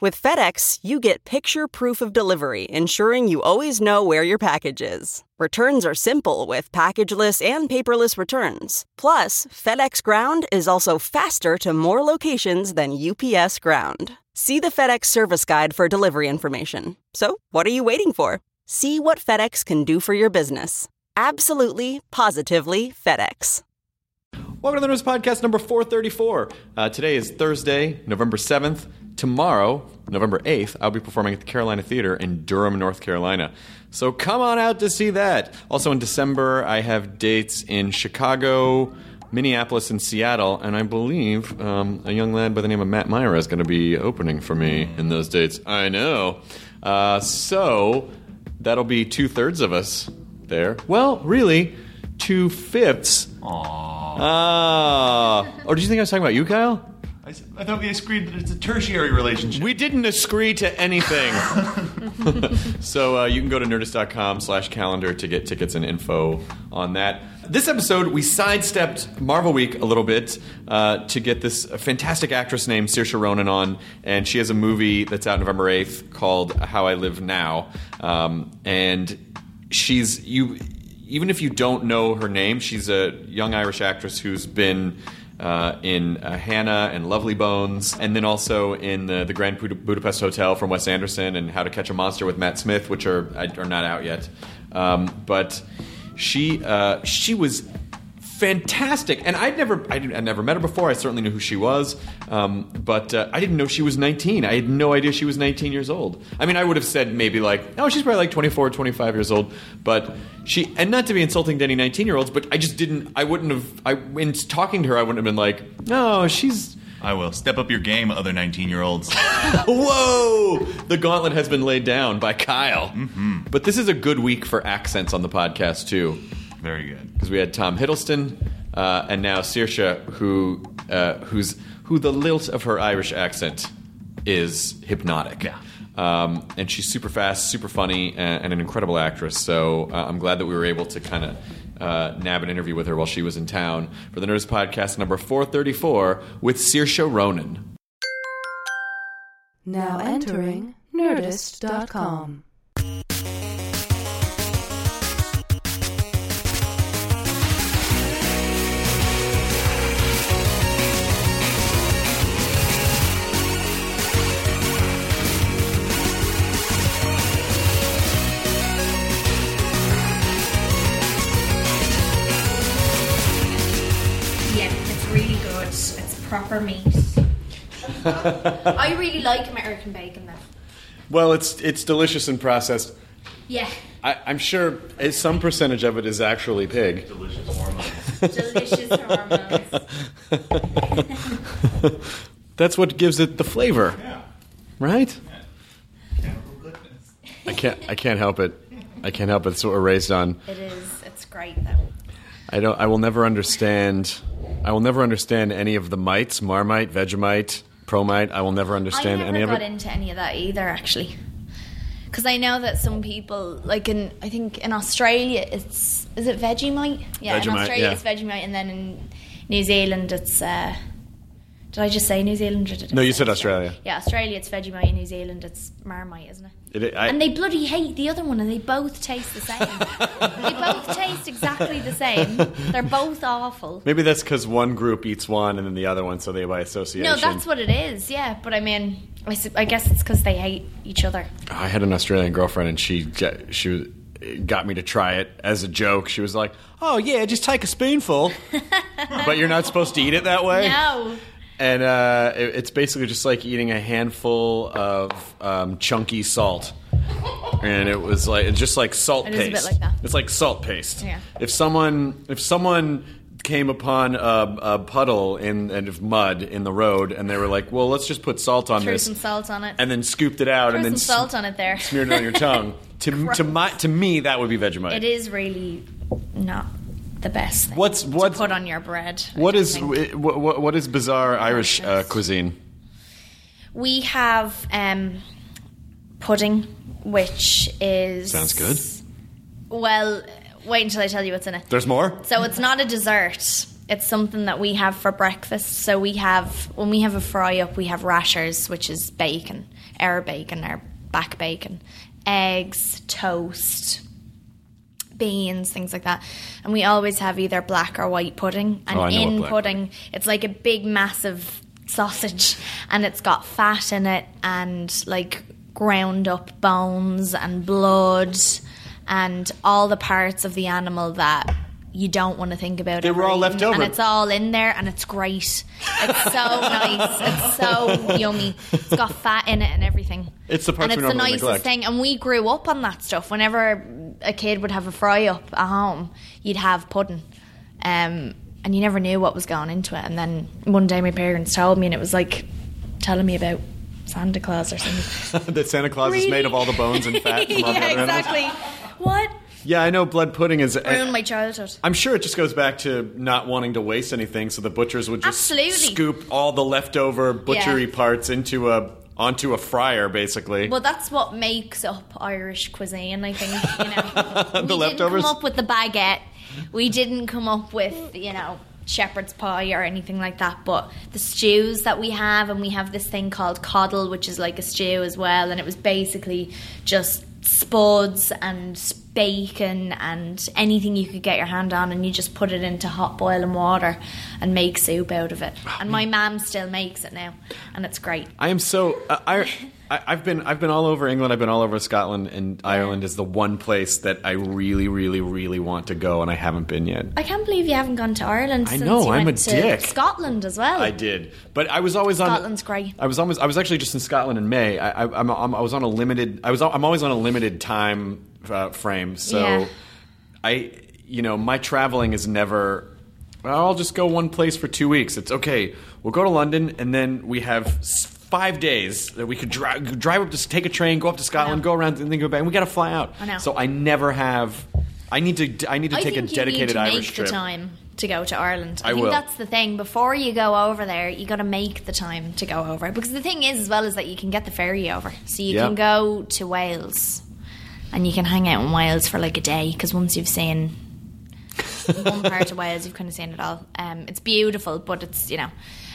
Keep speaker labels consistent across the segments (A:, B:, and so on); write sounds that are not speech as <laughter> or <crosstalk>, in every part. A: With FedEx, you get picture proof of delivery, ensuring you always know where your package is. Returns are simple with packageless and paperless returns. Plus, FedEx Ground is also faster to more locations than UPS Ground. See the FedEx service guide for delivery information. So, what are you waiting for? See what FedEx can do for your business. Absolutely, positively FedEx.
B: Welcome to the News Podcast number 434. Uh, today is Thursday, November 7th. Tomorrow, November 8th, I'll be performing at the Carolina Theater in Durham, North Carolina. So come on out to see that. Also in December, I have dates in Chicago, Minneapolis, and Seattle, and I believe um, a young lad by the name of Matt Myra is going to be opening for me in those dates. I know. Uh, so that'll be two thirds of us there. Well, really, two fifths. Ah. Oh, did you think I was talking about you, Kyle?
C: I, s- I thought we agreed that it's a tertiary relationship.
B: We didn't agree to
C: <laughs>
B: anything. so uh, you can go to nerdist.com slash calendar to get tickets and info on that. This episode, we sidestepped Marvel Week a little bit uh, to get this fantastic actress named Saoirse Ronan on, and she has a movie that's out November 8th called How I Live Now. Um, and she's... you even if you don't know her name, she's a young Irish actress who's been uh, in uh, Hannah and Lovely Bones, and then also in the, the Grand Bud- Budapest Hotel from Wes Anderson and How to Catch a Monster with Matt Smith, which are are not out yet. Um, but she uh, she was fantastic. And I'd never, I didn't- I'd never met her before. I certainly knew who she was, um, but uh, I didn't know she was 19. I had no idea she was 19 years old. I mean, I would have said maybe like, oh, she's probably like 24, 25 years old. But she, and not to be insulting to any 19 year olds, but I just didn't. I wouldn't have. I in talking to her, I wouldn't have been like, no, she's.
C: I will step up your game, other nineteen-year-olds.
B: <laughs> Whoa! The gauntlet has been laid down by Kyle. Mm-hmm. But this is a good week for accents on the podcast too.
C: Very good.
B: because we had Tom Hiddleston uh, and now Saoirse, who uh, who's who the lilt of her Irish accent is hypnotic.
C: Yeah.
B: Um, and she's super fast, super funny, a- and, and an incredible actress. So uh, I'm glad that we were able to kind of uh, nab an interview with her while she was in town for the Nerds Podcast number 434 with Saoirse Ronan.
D: Now entering Nerdist.com.
E: Yeah, it's really good. It's proper meat. <laughs> I really like American bacon though.
B: Well, it's it's delicious and processed.
E: Yeah,
B: I, I'm sure some percentage of it is actually pig.
E: delicious hormones.
B: <laughs> That's what gives it the flavor. Right? I can't I can't help it. I can't help it. It's what we're raised on.
E: It is. It's great though.
B: I don't I will never understand I will never understand any of the mites, marmite, vegemite, promite. I will never understand
E: I
B: any
E: never
B: of
E: got
B: it.
E: into any of that either, actually. Because I know that some people, like in, I think in Australia, it's is it Vegemite? Yeah, in
B: Vegemite,
E: Australia
B: yeah.
E: it's Vegemite, and then in New Zealand it's. Uh, did I just say New Zealand or did I
B: No, you
E: say
B: said Australia.
E: Yeah, Australia it's Vegemite, in New Zealand it's Marmite, isn't it?
B: It- I-
E: and they bloody hate the other one, and they both taste
B: <laughs>
E: the same. they both taste exactly the same. They're both awful.
B: Maybe that's because one group eats one and then the other one, so they by association.
E: No, that's what it is. Yeah, but I mean, I, su- I guess it's because they hate each other.
B: I had an Australian girlfriend, and she ge- she was- got me to try it as a joke. She was like, "Oh yeah, just take a
E: <laughs>
B: spoonful," but you're not supposed to eat it that way.
E: No.
B: And uh, it- it's basically just like eating a handful of um, chunky salt. and it was like it's just like salt
E: It is a
B: paste.
E: bit like that.
B: It's like salt paste.
E: Yeah.
B: If someone if someone came upon a, a puddle in and of mud in the road, and they were like, "Well, let's just put salt on
E: Threw
B: this,"
E: some salt on it.
B: and then scooped it out,
E: Threw
B: and
E: some
B: then
E: salt on it there.
B: smeared it on your tongue. To, to my to me, that would be Vegemite.
E: <laughs> It is really not the best thing
B: What's- what's-
E: to put on your bread. I
B: What
E: don't
B: is
E: think.
B: wh- what, what is bizarre Irish uh,
E: Yes.
B: cuisine?
E: We have um, pudding, which is
B: Sounds good.
E: Well, wait until I tell you what's in it.
B: There's more.
E: So it's not a dessert. It's something that we have for breakfast. So we have when we have a fry up, we have rashers, which is bacon, our bacon, our back bacon, eggs, toast, beans, things like that. And we always have either black or white pudding. And
B: Oh, I know what
E: in
B: black-
E: pudding, it's like a big, massive sausage, and it's got fat in it and like ground up bones and blood and all the parts of the animal that you don't want to think about.
B: They were all
E: ever
B: left
E: eating.
B: over.
E: and it's all in there, and it's great. It's so <laughs> nice. It's so yummy. It's got fat in it and everything.
B: It's the parts
E: and
B: we
E: it's the
B: normally
E: nicest
B: neglect.
E: thing. And we grew up on that stuff. Whenever a kid would have a fry up at home, you'd have pudding. Um, and you never knew what was going into it. And then one day my parents told me, and it was like telling me about Santa Claus or something.
B: that Santa Claus is made of all the bones and fat. From all the
E: <laughs> yeah,
B: other animals.
E: exactly. What?
B: Yeah, I know blood pudding is.
E: Ruined my childhood.
B: I'm sure it just goes back to not wanting to waste anything, so the butchers would just
E: Absolutely.
B: scoop all the leftover butchery
E: Yeah.
B: parts into a onto a fryer, basically.
E: Well, that's what makes up Irish cuisine, I think. You know, we
B: leftovers?
E: didn't come up with the baguette. We didn't come up with you know shepherd's pie or anything like that. But the stews that we have, and we have this thing called coddle, which is like a stew as well, and it was basically just spuds and bacon and anything you could get your hand on and you just put it into hot boiling water and make soup out of it and my mum still makes it now and it's great
B: I am so uh, I. I- I've been I've been all over England. I've been all over Scotland, and Ireland is the one place that I really, really, really want to go, and I haven't been yet.
E: I can't believe you haven't gone to Ireland.
B: I
E: since
B: know,
E: you
B: I'm
E: went
B: a
E: to
B: dick.
E: Scotland as well.
B: I did, but I was always on
E: Scotland's great.
B: I was almost. I was actually just in Scotland in May. I, I, I'm, I'm, I was on a limited. I was. al- I'm always on a limited time uh, frame. So,
E: Yeah.
B: I, you know, my traveling is never. "Well, I'll just go one place for two weeks. It's okay. We'll go to London, and then we have s- five days that we could dri- drive up to s- take a train, go up to Scotland,
E: know.
B: go around, and then go back. And we got to fly out.
E: I know.
B: So I never have. I need to. I need to
E: I
B: take
E: think
B: a dedicated
E: you need to
B: Irish
E: make
B: trip.
E: the time to go to Ireland. I,
B: I
E: think
B: will.
E: that's the thing. Before you go over there, you got to make the time to go over. Because the thing is, as well, is that you can get the ferry over, so you
B: Yeah.
E: can go to Wales, and you can hang out in Wales for like a day. Because once you've seen <laughs> one part of Wales, you've kind of seen it all. Um, it's beautiful, but it's you know.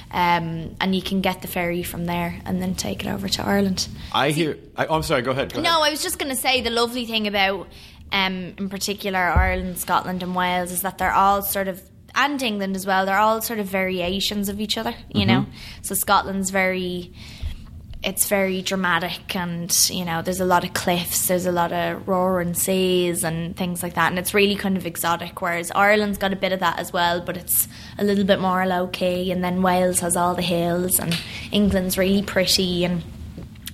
E: Um, and you can get the ferry from there and then take it over to Ireland.
B: I hear. I, oh, I'm sorry. Go ahead. Go ahead.
E: No, I was just going to say the lovely thing about, um, in particular, Ireland, Scotland, and Wales is that they're all sort of, and England as well, they're all sort of variations of each other, you
B: Mm-hmm.
E: know? So Scotland's very. It's very dramatic, and you know, there's a lot of cliffs, there's a lot of roaring seas, and things like that. And it's really kind of exotic. Whereas Ireland's got a bit of that as well, but it's a little bit more low key. And then Wales has all the hills, and England's really pretty, and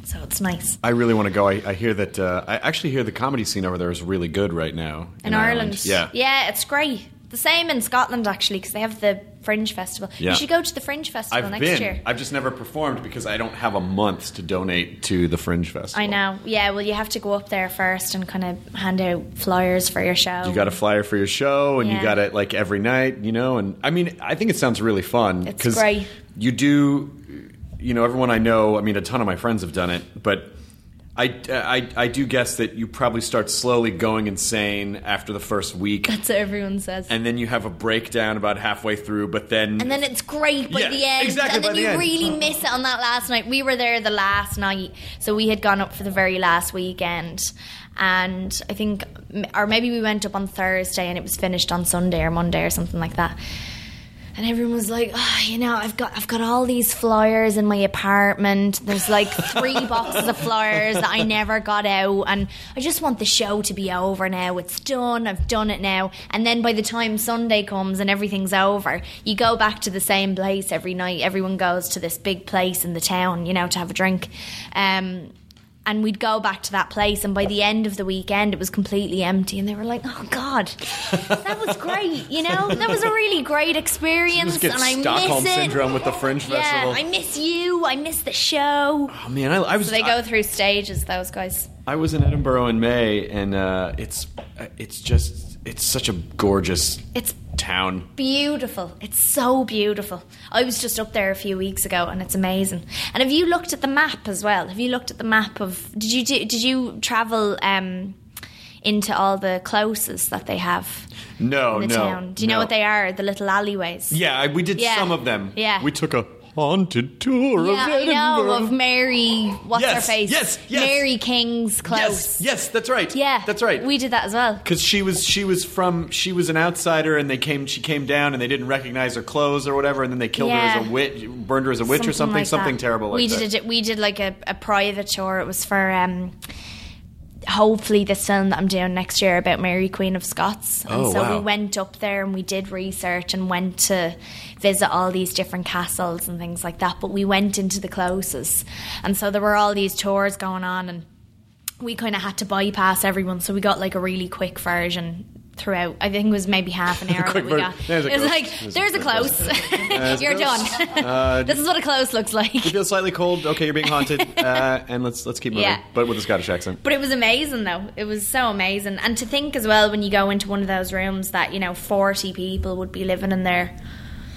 E: so it's nice.
B: I really want to go. I, I hear that. Uh, I actually hear the comedy scene over there is really good right now
E: in Ireland.
B: Yeah.
E: yeah, it's great. The same in Scotland actually, because they have the Fringe Festival.
B: Yeah.
E: You should go to the Fringe Festival
B: I've
E: next
B: been.
E: year.
B: I've just never performed because I don't have a month to donate to the Fringe Festival.
E: I know. Yeah, well, you have to go up there first and kind of hand out flyers for your show.
B: You got a flyer for your show, and you
E: Yeah.
B: got it like every night, you know. And I mean, I think it sounds really fun.
E: It's
B: 'cause
E: great.
B: You do, you know, everyone I know. I mean, a ton of my friends have done it, but. I, I, I do guess that you probably start slowly going insane after the first week,
E: That's what everyone says.
B: and then you have a breakdown about halfway through. But then
E: And then it's great by
B: Yeah,
E: the end.
B: exactly,
E: and then
B: by the
E: you
B: end.
E: really miss it on that last night. We were there the last night, so we had gone up for the very last weekend. And I think, or maybe we went up on Thursday and it was finished on Sunday or Monday or something like that. And everyone was like, oh, you know, I've got I've got all these flyers in my apartment. There's like three
B: <laughs>
E: boxes of flyers that I never got out, and I just want the show to be over now. It's done. I've done it now. And then by the time Sunday comes and everything's over, you go back to the same place every night. Everyone goes to this big place in the town, you know, to have a drink. Um, And we'd go back to that place, and by the end of the weekend, it was completely empty. And they were like, "Oh God, that was great! You know, that was a really great experience."
B: Just get
E: and I
B: Stockholm
E: miss it.
B: syndrome with the Fringe
E: Yeah,
B: Festival.
E: I miss you. I miss the show.
B: oh man, I, I was.
E: So they
B: I-
E: go through stages. Those guys.
B: I was in Edinburgh in May, and uh, it's it's just it's such a gorgeous
E: It's
B: town.
E: beautiful. It's so beautiful. I was just up there a few weeks ago, and it's amazing. And have you looked at the map as well? Have you looked at the map of? Did you do, did you travel um, into all the closes that they have
B: No,
E: in the
B: Oh, no.
E: town? Do you know
B: no.
E: what they are? The little alleyways.
B: Yeah, I- we did
E: Yeah,
B: some of them.
E: yeah.
B: we took a haunted tour
E: Yeah,
B: of
E: I know
B: Edinburgh.
E: of Mary. What's
B: Yes,
E: her face?
B: yes, yes.
E: Mary King's close.
B: yes, yes, that's right.
E: Yeah,
B: that's right.
E: We did that as well.
B: because she was she was from she was an outsider and they came she came down and they didn't recognize her clothes or whatever and then they killed her as
E: Yeah.
B: a witch burned her as a witch or something
E: like
B: something
E: that.
B: terrible like
E: we
B: that.
E: did a, we did like a, a private tour. It was for um, hopefully this film that I'm doing next year about Mary Queen of Scots. And
B: Oh,
E: so
B: wow.
E: we went up there and we did research and went to visit all these different castles and things like that. But we went into the closes, and so there were all these tours going on and we kind of had to bypass everyone, so we got like a really quick version throughout. I think it was maybe half an hour that
B: Quick
E: we
B: ver-
E: got.
B: there's <laughs> a
E: it was
B: close.
E: like
B: There's a
E: there's a
B: quick <laughs>
E: close. <laughs> You're
B: a <laughs> Uh,
E: done. <laughs> this is what a close looks <laughs> like.
B: Feel slightly cold. Okay, you're being
E: <laughs>
B: haunted, uh, and let's let's keep moving,
E: Yeah.
B: but with a Scottish accent.
E: But it was amazing, though. It was so amazing. And to think as well, when you go into one of those rooms, that you know, forty people would be living in there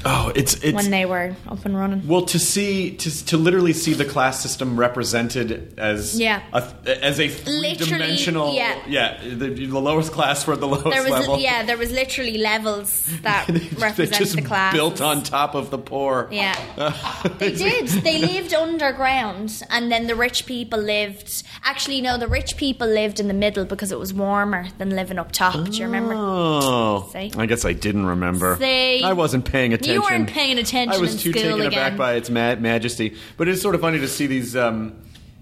B: Oh, it's it's
E: when they were up and running.
B: Well, to see to to literally see the class system represented as
E: Yeah.
B: a, as a three dimensional
E: yeah.
B: the, the lowest class were the lowest
E: There was
B: level.
E: yeah, there was literally levels that
B: <laughs> they
E: represent
B: just
E: the class.
B: built on top of the poor. <laughs>
E: Yeah. they did. They lived underground, and then the rich people lived. Actually, no, the rich people lived in the middle because it was warmer than living up top. Do you remember?
B: Oh,
E: See?
B: I guess I didn't remember.
E: See?
B: I wasn't paying attention.
E: You weren't paying attention
B: I was
E: in
B: too
E: school
B: taken aback
E: again.
B: by its ma- majesty. But it's sort of funny to see these. Um,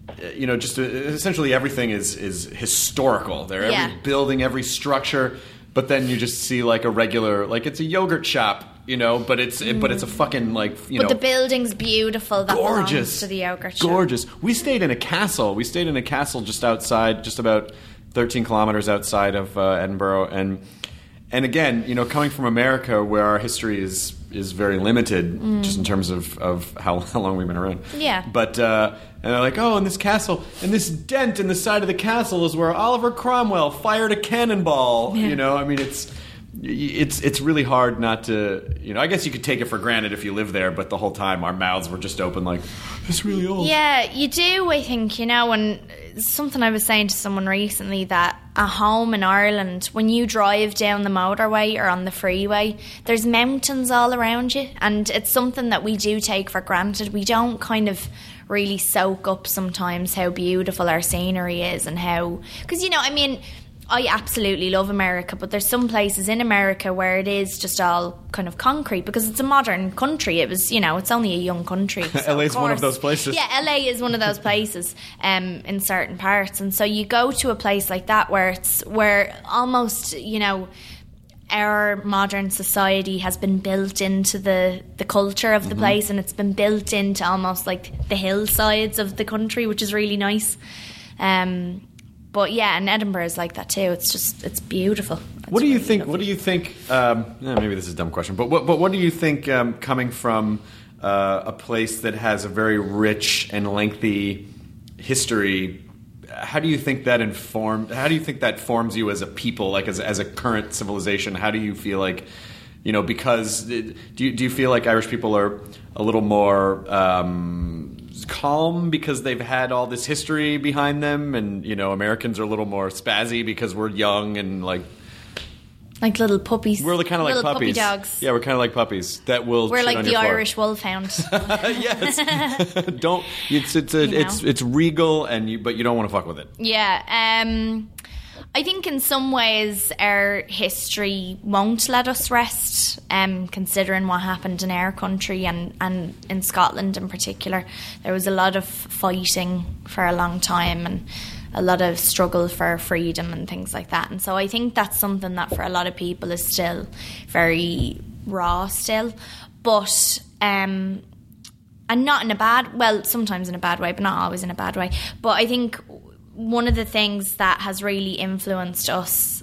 B: uh, you know, just uh, essentially everything is is historical. There,
E: Yeah.
B: every building, every structure. But then you just see like a regular, like it's a yogurt shop, you know. But it's but it's a fucking like you
E: Mm. But
B: know
E: the building's beautiful. That belongs
B: gorgeous
E: to the yogurt shop.
B: gorgeous we stayed in a castle we stayed in a castle just outside just about 13 kilometers outside of uh, edinburgh and and again you know coming from america where our history is is very limited just in terms of of how, <laughs> how long we've been around
E: Mm. Yeah.
B: but uh and they're like, oh, and this castle, and this dent in the side of the castle is where Oliver Cromwell fired a cannonball. You know, I mean, it's it's it's really hard not to, you know. I guess you could take it for granted if you live there, but the whole time our mouths were just open, like it's really old.
E: Yeah, you do. I think you know, and it's something I was saying to someone recently that a home in Ireland, when you drive down the motorway or on the freeway, there's mountains all around you, and it's something that we do take for granted. We don't kind of really soak up sometimes how beautiful our scenery is and how because you know, I mean. I absolutely love America, but there's some places in America where it is just all kind of concrete because it's a modern country. It was, you know, it's only a young country. so
B: LA is one of
E: course.
B: those places.
E: Yeah, LA is one of those places um, in certain parts, and so you go to a place like that where it's where almost you know our modern society has been built into the the culture of the
B: Mm-hmm.
E: place, and it's been built into almost like the hillsides of the country, which is really nice. Um, but yeah, and Edinburgh is like that too. It's just it's beautiful. It's
B: What do you
E: really
B: think?
E: lovely.
B: What do you think? Um, yeah, maybe this is a dumb question, but what, but what do you think um, coming from uh, a place that has a very rich and lengthy history? How do you think that inform? How do you think that forms you as a people, like as as a current civilization? How do you feel like? You know, because it- do you, do you feel like Irish people are a little more um, calm because they've had all this history behind them, and you know Americans are a little more spazzy because we're young and like
E: Like little puppies.
B: we're kind of like
E: little
B: puppies.
E: puppy dogs.
B: Yeah, we're kind of like puppies that will.
E: We're
B: shit
E: like
B: on
E: the
B: your floor.
E: Irish wolfhound.
B: <laughs> yes.
E: <laughs>
B: don't. It's it's a,
E: know?
B: it's it's regal and you, but you don't want to fuck with it.
E: Yeah. Um, I think in some ways our history won't let us rest, um, considering what happened in our country and, and in Scotland in particular. There was a lot of fighting for a long time and a lot of struggle for freedom and things like that. And so I think that's something that for a lot of people is still very raw still. But um, and not in a bad well sometimes in a bad way but not always in a bad way but i think one of the things that has really influenced us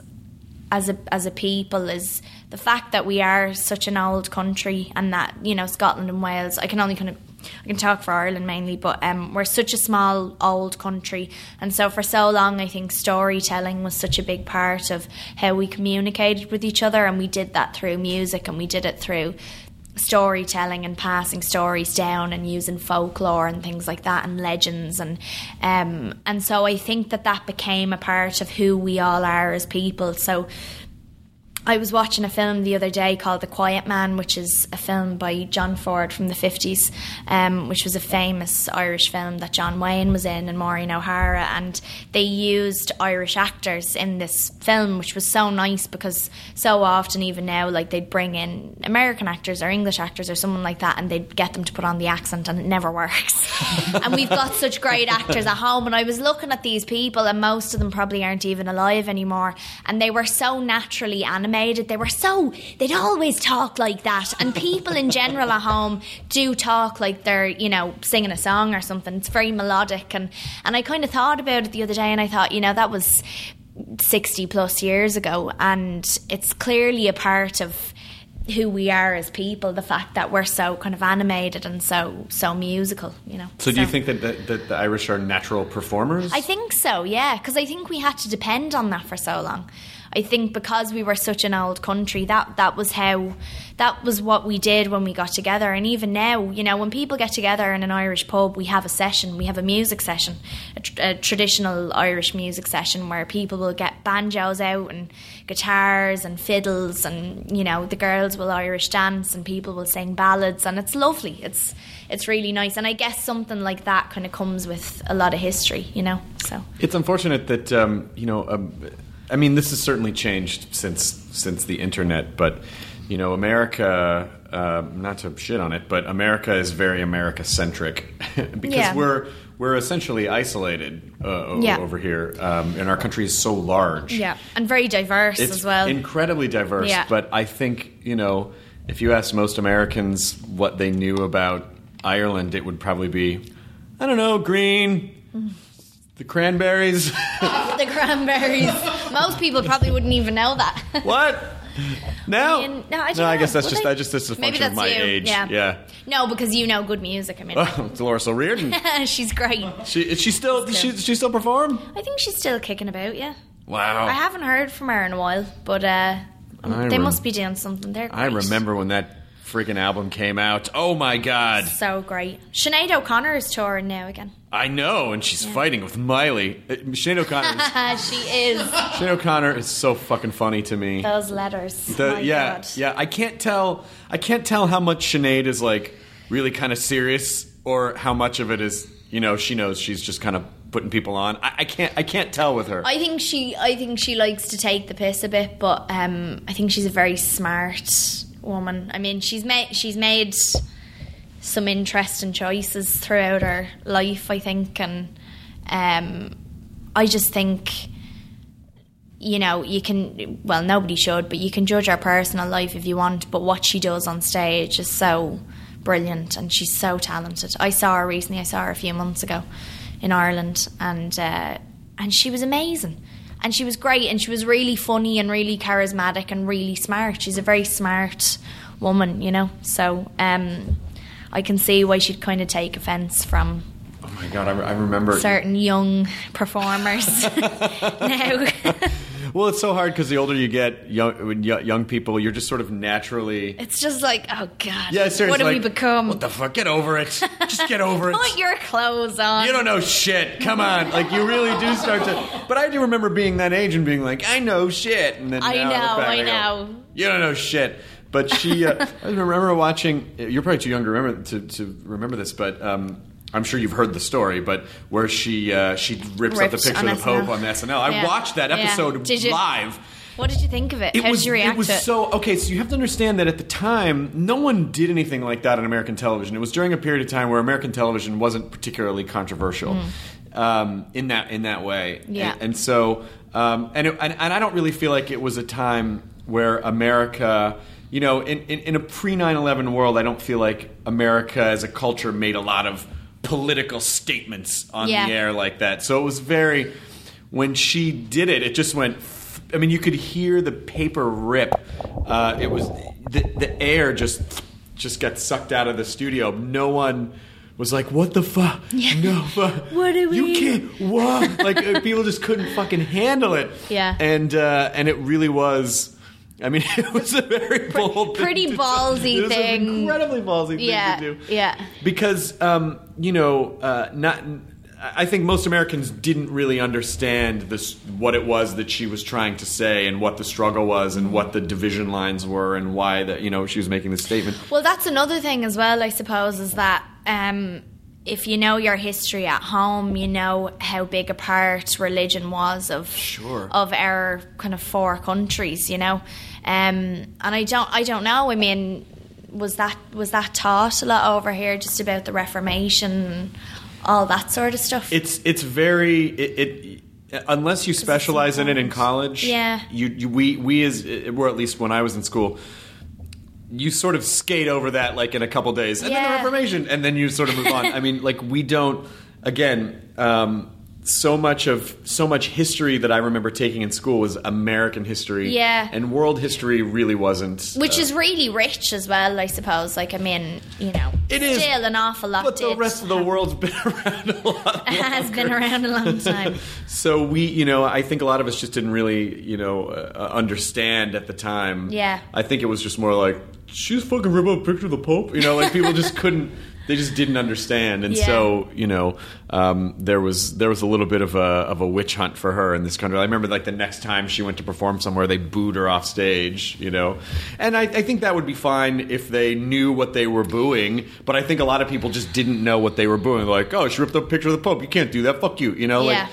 E: as a as a people is the fact that we are such an old country and that you know Scotland and Wales I can only kind of I can talk for Ireland mainly but um, we're such a small old country and so for so long I think storytelling was such a big part of how we communicated with each other and we did that through music and we did it through storytelling and passing stories down and using folklore and things like that and legends and um and so I think that that became a part of who we all are as people so I was watching a film the other day called The Quiet Man, which is a film by John Ford from the 50s, um, which was a famous Irish film that John Wayne was in and Maureen O'Hara. And they used Irish actors in this film, which was so nice because so often, even now, like they'd bring in American actors or English actors or someone like that and they'd get them to put on the accent and it never works. and we've got such great actors at home. And I was looking at these people, and most of them probably aren't even alive anymore. And they were so naturally animated animated. They were so they'd always talk like that, and people in general at home do talk like they're you know singing a song or something. It's very melodic, and and I kind of thought about it the other day, and I thought you know that was sixty plus years ago, and it's clearly a part of who we are as people the fact that we're so kind of animated and so so musical you know
B: So, do you think that, that that the Irish are natural performers?
E: I think so, yeah, because I think we had to depend on that for so long. I think because we were such an old country, that that was how, that was what we did when we got together. And even now, you know, when people get together in an Irish pub, we have a session, we have a music session, a, tr- a traditional Irish music session where people will get banjos out and guitars and fiddles, and you know, the girls will Irish dance and people will sing ballads, and it's lovely. It's it's really nice, and I guess something like that kind of comes with a lot of history, you know. So.
B: It's unfortunate that um, you know. Um, I mean, this has certainly changed since since the internet, but you know, America. Uh, not to shit on it, but America is very America centric <laughs> because
E: Yeah.
B: we're we're essentially isolated uh, o-
E: Yeah.
B: over here, um, and our country is so large.
E: Yeah, and very diverse
B: it's
E: as well.
B: incredibly diverse.
E: Yeah.
B: But I think you know, if you asked most Americans what they knew about Ireland, it would probably be, I don't know, green, the cranberries. <laughs>
E: the cranberries. Most people probably wouldn't even know that. <laughs>
B: what? No,
E: I mean, no, I don't know.
B: guess that's
E: Would
B: just
E: they?
B: that just this is a
E: Maybe
B: function of
E: that's
B: my
E: you.
B: age.
E: Yeah. no, because you know good music. I mean,
B: <laughs> Oh, Dolores O'Riordan.
E: <laughs> she's great.
B: she is she still does she, does she still perform?
E: I think she's still kicking about. Yeah,
B: Wow.
E: I haven't heard from her in a while, but uh,
B: I
E: they
B: rem-
E: must be doing something. They're
B: I
E: great.
B: remember when that freaking album came out. Oh my god.
E: So great. Sinead O'Connor is touring now again.
B: I know, and she's fighting with Miley. Uh, Sinead O'Connor
E: <laughs>
B: is
E: Ah, she is.
B: Sinead O'Connor is so fucking funny to me.
E: <laughs> Those letters.
B: The-
E: Oh My
B: yeah,
E: God.
B: yeah. I can't tell. I can't tell how much Sinead is like really kind of serious, or how much of it is you know she knows she's just kind of putting people on. I, I can't. I can't tell with her.
E: I think she I think she likes to take the piss a bit, but um, I think she's a very smart woman. I mean, she's made she's made some interesting choices throughout her life, I think, and um, I just think you know you can well nobody should, but you can judge her personal life if you want, but what she does on stage is so brilliant and she's so talented. I saw her recently. I saw her a few months ago in Ireland, and uh, and she was amazing. And she was great, and she was really funny and really charismatic and really smart. She's a very smart woman, you know. So um, I can see why she'd kind of take offence from
B: oh my god, I, re- I remember.
E: certain young <laughs> performers <laughs> now. <laughs>
B: Well, it's so hard because the older you get, young when yo- young people, you're just sort of naturally.
E: it's just like, oh god,
B: yeah, seriously.
E: what have we
B: like,
E: become?
B: What the fuck? Get over it. Just get
E: <laughs>
B: over it.
E: Put your clothes on.
B: You don't know shit. Come on, like you really do start
E: <laughs>
B: to. But I do remember being that age and being like, I know shit, and then
E: I
B: now look
E: know,
B: back
E: I
B: and go,
E: know.
B: You don't know shit. But she,
E: <laughs>
B: uh, I remember watching. You're probably too young to remember to, to remember this, but um, I'm sure you've heard the story. But where she uh, she rips out the
E: Ripped
B: picture
E: on
B: of the Pope
E: SNL.
B: on SNL. I
E: Yeah.
B: watched that
E: Yeah.
B: episode
E: Did you-
B: live.
E: What did you think of it?
B: It
E: How
B: was,
E: did you react
B: it was
E: to it?
B: so okay. So you have to understand that at the time, no one did anything like that on American television. It was during a period of time where American television wasn't particularly controversial um, in that in that way.
E: Hmm. Yeah.
B: and, and so um, and, it, and and I don't really feel like it was a time where America you know, in, in, in a pre 9 11 world, I don't feel like America as a culture made a lot of political statements on
E: Yeah.
B: the air like that. So it was very, when she did it, it just went. f- I mean, you could hear the paper rip. Uh, it was the, the air just just got sucked out of the studio. No one was like, "What the fuck?
E: <laughs>
B: No, fuck.
E: What do
B: You
E: we-
B: can't. What? like uh, people just couldn't fucking handle it.
E: Yeah.
B: and uh, and it really was. I mean, <laughs> it was a very bold, thing
E: pretty
B: to do.
E: ballsy
B: It was an
E: thing.
B: incredibly ballsy
E: Yeah,
B: thing to do.
E: yeah.
B: because um, you know, uh, not. I think most Americans didn't really understand this what it was that she was trying to say and what the struggle was and what the division lines were and why that you know she was making this statement.
E: Well, that's another thing as well, I suppose, is that um, if you know your history at home, you know how big a part religion was of of our kind of four countries, you know. Um, and I don't, I don't know. I mean, was that was that taught a lot over here, just about the Reformation, and all that sort of stuff?
B: It's it's very it. it unless you specialize in it in college,
E: Yeah.
B: You, you we we as or at least when I was in school, you sort of skate over that like in a couple days, and then
E: Yeah.
B: the Reformation, and then you sort of move on. I mean, like we don't. Again, um, so much of so much history that I remember taking in school was American history,
E: Yeah.
B: and world history really wasn't.
E: which is really rich as well, I suppose. Like, I mean, you know,
B: It
E: still
B: is,
E: an awful lot.
B: but the
E: to- <laughs>
B: rest of the world's been <laughs> around a lot.
E: has been around a
B: <laughs>
E: long time.
B: So we, you know, I think a lot of us just didn't really, you know, uh, understand at the time.
E: Yeah.
B: I think it was just more like she's fucking ripping up a picture of the Pope. You know, like people
E: <laughs>
B: just couldn't, they just didn't understand, and
E: Yeah.
B: so you know, um, there was there was a little bit of a of a witch hunt for her in this country. I remember like the next time she went to perform somewhere, they booed her off stage. You know, and I, I think that would be fine if they knew what they were booing, but I think a lot of people just didn't know what they were booing. Like, oh, she ripped up a picture of the Pope. You can't do that. Fuck you. You know,
E: Yeah.
B: like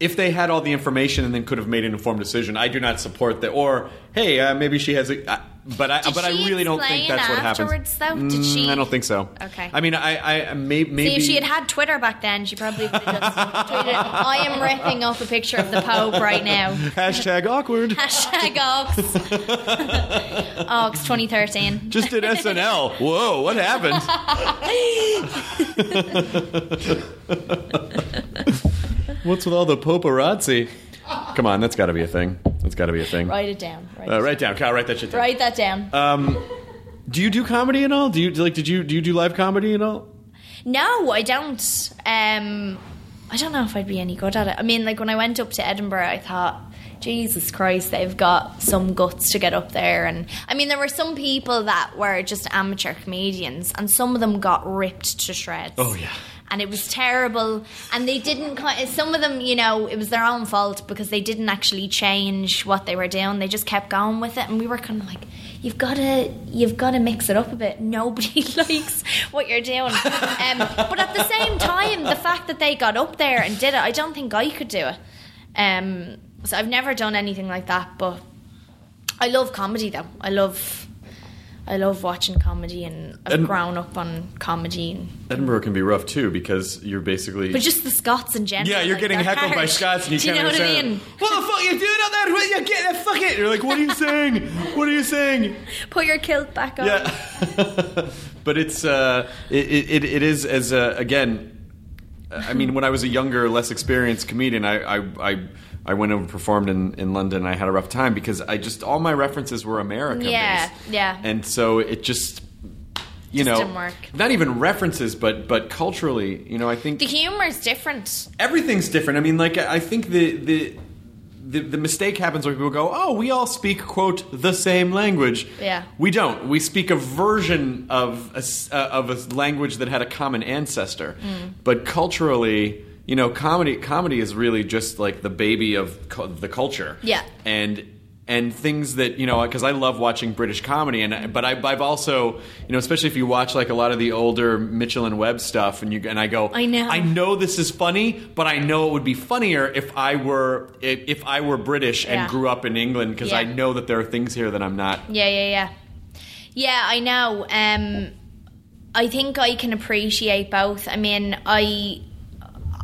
B: if they had all the information and then could have made an informed decision, I do not support that. Or hey, uh, maybe she has a. Uh, but I,
E: Did
B: but I
E: she
B: really don't think
E: explain
B: that's what happens.
E: afterwards, though? Did
B: Mm,
E: she-
B: I don't think so.
E: Okay.
B: I mean, I, I may, maybe
E: See, if she had had Twitter back then, she probably would have just tweeted, I am ripping up a picture of the Pope
B: <laughs>
E: right
B: <laughs>
E: now.
B: hashtag
E: <laughs>
B: awkward.
E: Hashtag
B: <laughs>
E: Ox. Ox 2013.
B: Just did SNL. Whoa, what
E: <laughs>
B: happened? What's with all the paparazzi? Come on, that's got to be a thing. That's got to be a thing.
E: Write it down. Write,
B: Uh,
E: it
B: write down, Kyle. Write that shit down.
E: down. Write that down.
B: Uh, Do you do comedy at all? Do you like? Did you do you do live comedy at all?
E: no, I don't. Um, I don't know if I'd be any good at it. I mean, like when I went up to Edinburgh, I thought, Jesus Christ, they've got some guts to get up there. And I mean, there were some people that were just amateur comedians, and some of them got ripped to shreds.
B: Oh, yeah.
E: and it was terrible. And they didn't. qui- Some of them, you know, it was their own fault because they didn't actually change what they were doing. They just kept going with it, and we were kind of like, "You've got to, you've got to mix it up a bit. Nobody <laughs> likes what you're doing." Um, but at the same time, the fact that they got up there and did it, I don't think I could do it. Um, so I've never done anything like that, but I love comedy though. I love. I love watching comedy and I've
B: And-
E: grown up on comedy and
B: Edinburgh can be rough too because you're basically.
E: but just the Scots in general.
B: yeah, you're
E: like,
B: getting
E: they're
B: heckled by
E: hard.
B: Scots, and you
E: <laughs> Do you
B: can't
E: know what I
B: understand.
E: mean?
B: What the fuck you doing out there? What you get? that- Fuck it! You're like, what are you saying? What are you saying?
E: Put your kilt back on.
B: Yeah. <laughs> but it's uh, it, it it is as uh, again, I mean, when I was a younger, less experienced comedian, I I. I I went over and performed in, in London and I had a rough time because I just all my references were American
E: Yeah,
B: based.
E: yeah.
B: And so it just you
E: Just
B: know
E: didn't work.
B: not even references but but culturally, you know, I think
E: The humor is different.
B: everything's different. I mean, like I think the the. The, the mistake happens when people go, oh, we all speak quote the same language.
E: Yeah.
B: we don't. We speak a version of a, s- uh, of a language that had a common ancestor,
E: Mm.
B: but culturally, you know, comedy comedy is really just like the baby of cu- the culture.
E: Yeah.
B: and and things that you know because I love watching British comedy, and but I, I've also you know especially if you watch like a lot of the older Mitchell and Webb stuff, and you and I go,
E: I know.
B: I know this is funny, but I know it would be funnier if I were if, if I were British and
E: Yeah.
B: grew up in England because I
E: Yeah.
B: know that there are things here that I'm not.
E: Yeah, yeah, yeah. Yeah, I know. Um, I think I can appreciate both. I mean, I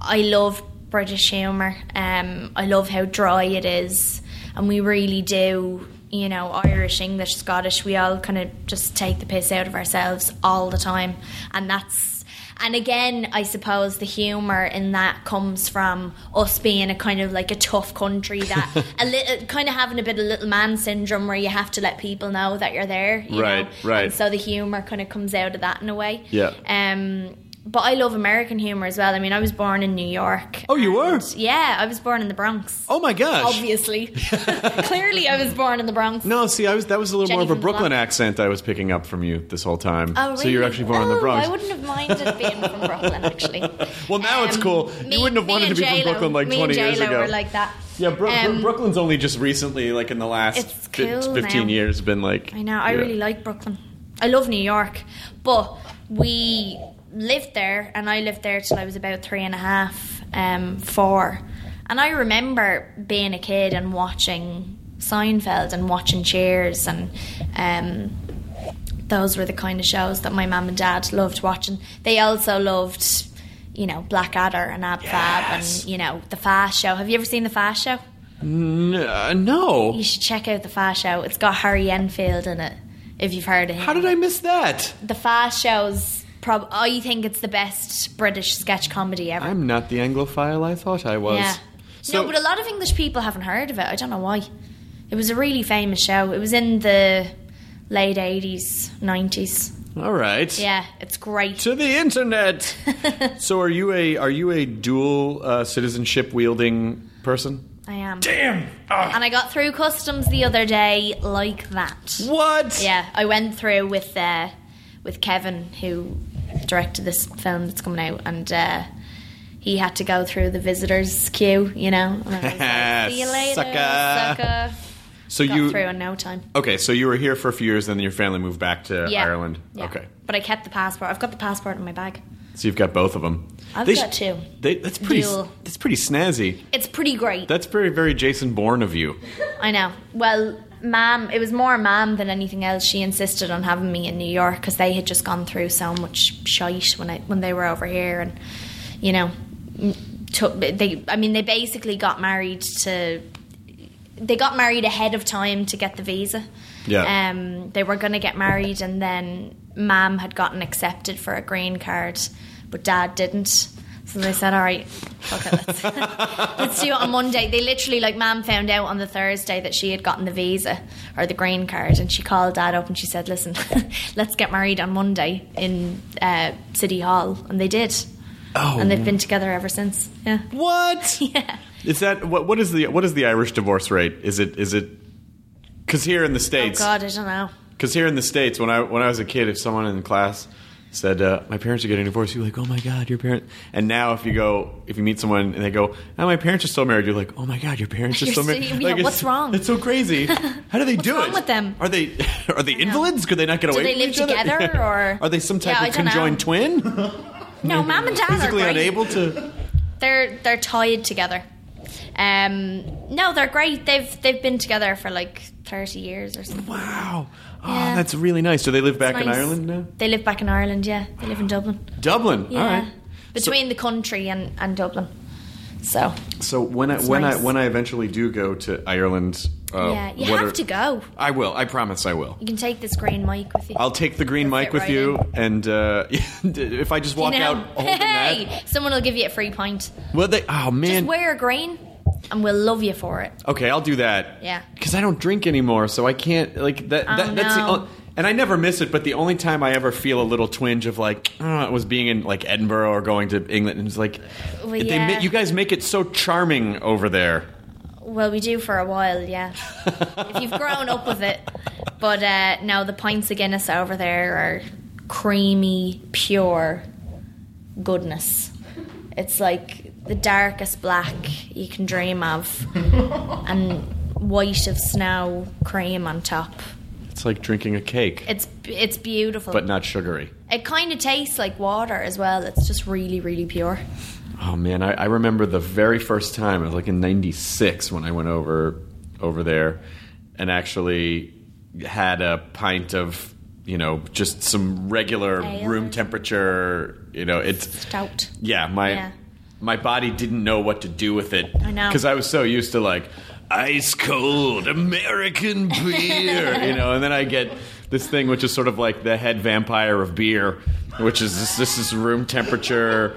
E: I love British humour. Um, I love how dry it is. and we really do. You know, Irish, English, Scottish, we all kind of just take the piss out of ourselves all the time. And that's and again, I suppose the humour in that comes from us being a kind of like a tough
B: <laughs>
E: country that a little kind of having a bit of little man syndrome where you have to let people know that you're there. you
B: Right,
E: know?
B: right.
E: And so the humour kind of comes out of that in a way.
B: Yeah.
E: Um, but I love American humour as well. I mean, I was born in New York.
B: Oh, you were?
E: And, Yeah, I was born in the Bronx.
B: Oh my gosh. <laughs>
E: Obviously, clearly, I was born in the Bronx.
B: No, see, I was that was a little
E: Jenny
B: more of a
E: from the Bronx.
B: Brooklyn accent I was picking up from you this whole time.
E: Oh, really?
B: So you're actually born in the
E: Oh,
B: Bronx.
E: I wouldn't have minded being from Brooklyn,
B: <laughs>
E: actually. Um,
B: Well, now it's cool. You wouldn't have wanted
E: me and
B: to be from
E: J-Lo-
B: Brooklyn, like,
E: me
B: 20
E: and
B: years
E: J-Lo
B: ago.
E: Were like that.
B: yeah, Bro- Bro-
E: Um,
B: Brooklyn's only just recently, like in the last
E: It's
B: fi-
E: cool
B: 15
E: now.
B: years, been like.
E: I know. I
B: yeah.
E: really like Brooklyn. I love New York, but we lived there, and I lived there till I was about three and a half, um, four, and I remember being a kid and watching Seinfeld and watching Cheers and. Um, those were the kind of shows that my mum and dad loved watching. They also loved, you know, Blackadder and Ab Fab and, you know, The Fast Show. Have you ever seen The Fast Show?
B: Uh, no.
E: You should check out the Fast Show. It's got Harry Enfield in it. If you've heard of him,
B: How did I miss that?
E: The Fast Show's prob. I think it's the best British sketch comedy ever.
B: I'm not the Anglophile I thought I was.
E: yeah.
B: So-
E: no, but a lot of English people haven't heard of it. I don't know why. It was a really famous show. It was in the late eighties, nineties.
B: All right.
E: Yeah, it's great. <laughs>
B: To the internet. so are you a are you a dual uh, citizenship wielding person?
E: I am. Damn.
B: Ah.
E: And I got through customs the other day like that.
B: What?
E: Yeah, I went through with uh, with Kevin, who directed this film that's coming out, and uh, he had to go through the visitors queue. You know, and I was
B: <laughs>
E: like, see you later,
B: Sucker.
E: sucker."
B: So
E: Got
B: you
E: through in no time.
B: Okay, so you were here for a few years, then your family moved back to
E: Yeah,
B: Ireland.
E: yeah.
B: Okay,
E: but I kept the passport. I've got the passport in my bag.
B: so you've got both of them.
E: I've got two.
B: They, that's pretty.
E: Dual.
B: That's pretty snazzy.
E: It's pretty great.
B: That's very, very Jason Bourne of you.
E: I know. Well, Mam, it was more Mam than anything else. She insisted on having me in New York because they had just gone through so much shite when I when they were over here, and you know, m- took they. I mean, they basically got married to. They got married ahead of time to get the visa.
B: Yeah.
E: Um, they were going to get married, and then Mam had gotten accepted for a green card, but Dad didn't. So they said, "All right, fuck it, let's let's do it on Monday. They literally, like, Mam found out on the Thursday that she had gotten the visa or the green card, and she called Dad up and she said, "Listen, <laughs> let's get married on Monday in uh, City Hall," and they did. Oh. And they've been together ever since. Yeah. Oh,
B: What?
E: <laughs> Yeah.
B: Is that what? What is the what is the Irish divorce rate? Is it is it? Because here in the
E: Oh
B: states,
E: God, I don't know.
B: Because here in the states, when I when I was a kid, if someone in class said uh, my parents are getting divorced, you're like, oh my god, your parent. And now, if you go, if you meet someone and they go, oh, my parents are still married, you're like, oh my god, your parents are
E: You're
B: still
E: so-
B: married.
E: yeah,
B: Like, it's-
E: what's wrong?
B: It's so
E: <laughs>
B: crazy. How do they do
E: wrong
B: it?
E: with them?
B: Are they <laughs> are they invalids? Could they not get
E: Do
B: away?
E: they
B: from
E: live
B: each other? <laughs>
E: together, or-
B: are they some type
E: Yeah, I
B: of
E: don't know.
B: conjoined twin?
E: No, Mam and Dad
B: Physically
E: are great.
B: unable
E: <laughs>
B: to.
E: they're they're tied together. Um, no, they're great. They've they've been together for like thirty years or something.
B: Wow. Oh,
E: Yeah.
B: that's really nice. Do they live back in
E: Nice.
B: Ireland now?
E: They live back in Ireland. Yeah, they live in Dublin.
B: Dublin.
E: Yeah,
B: All right. So-
E: between the country and, and Dublin. So
B: So when I when
E: nice.
B: I when I eventually do go to Ireland, uh,
E: yeah, you
B: what
E: have
B: are-
E: to go.
B: I will. I promise I will.
E: You can take this green mic with you.
B: I'll take the green
E: You'll
B: mic
E: fit
B: with
E: right
B: you,
E: in.
B: and uh, <laughs> if I just walk
E: You know,
B: out holding
E: <laughs> hey,
B: that,
E: someone will give you a free pint.
B: well, they. Oh man.
E: Just wear a green, and we'll love you for it.
B: Okay, I'll do that.
E: Yeah. Oh,
B: Because I don't drink anymore, so I can't like that. that That's the
E: no.
B: on- and I never miss it. But the only time I ever feel a little twinge of like oh, it was being in like Edinburgh or going to England, and it's like
E: Well,
B: they
E: yeah.
B: ma- you guys make it so charming over there.
E: Well, we do for a while, yeah. if you've grown up with it. But uh, no, the pints of Guinness over there are creamy, pure goodness. It's like the darkest black you can dream of, and white of snow, cream on top.
B: It's like drinking a cake,
E: It's it's beautiful.
B: but not sugary.
E: it kind of tastes like water as well. It's just really, really pure.
B: Oh man, I, I remember the very first time. It was like in '96 when I went over over there, and actually had a pint of you know just some regular
E: Ale.
B: room temperature. You know, it's
E: Stout.
B: yeah my
E: Yeah.
B: my body didn't know what to do with it.
E: I know.
B: because I was so used to like. ice cold American
E: <laughs>
B: beer, you know, and then I get this thing which is sort of like the head vampire of beer, which is this, this is room temperature.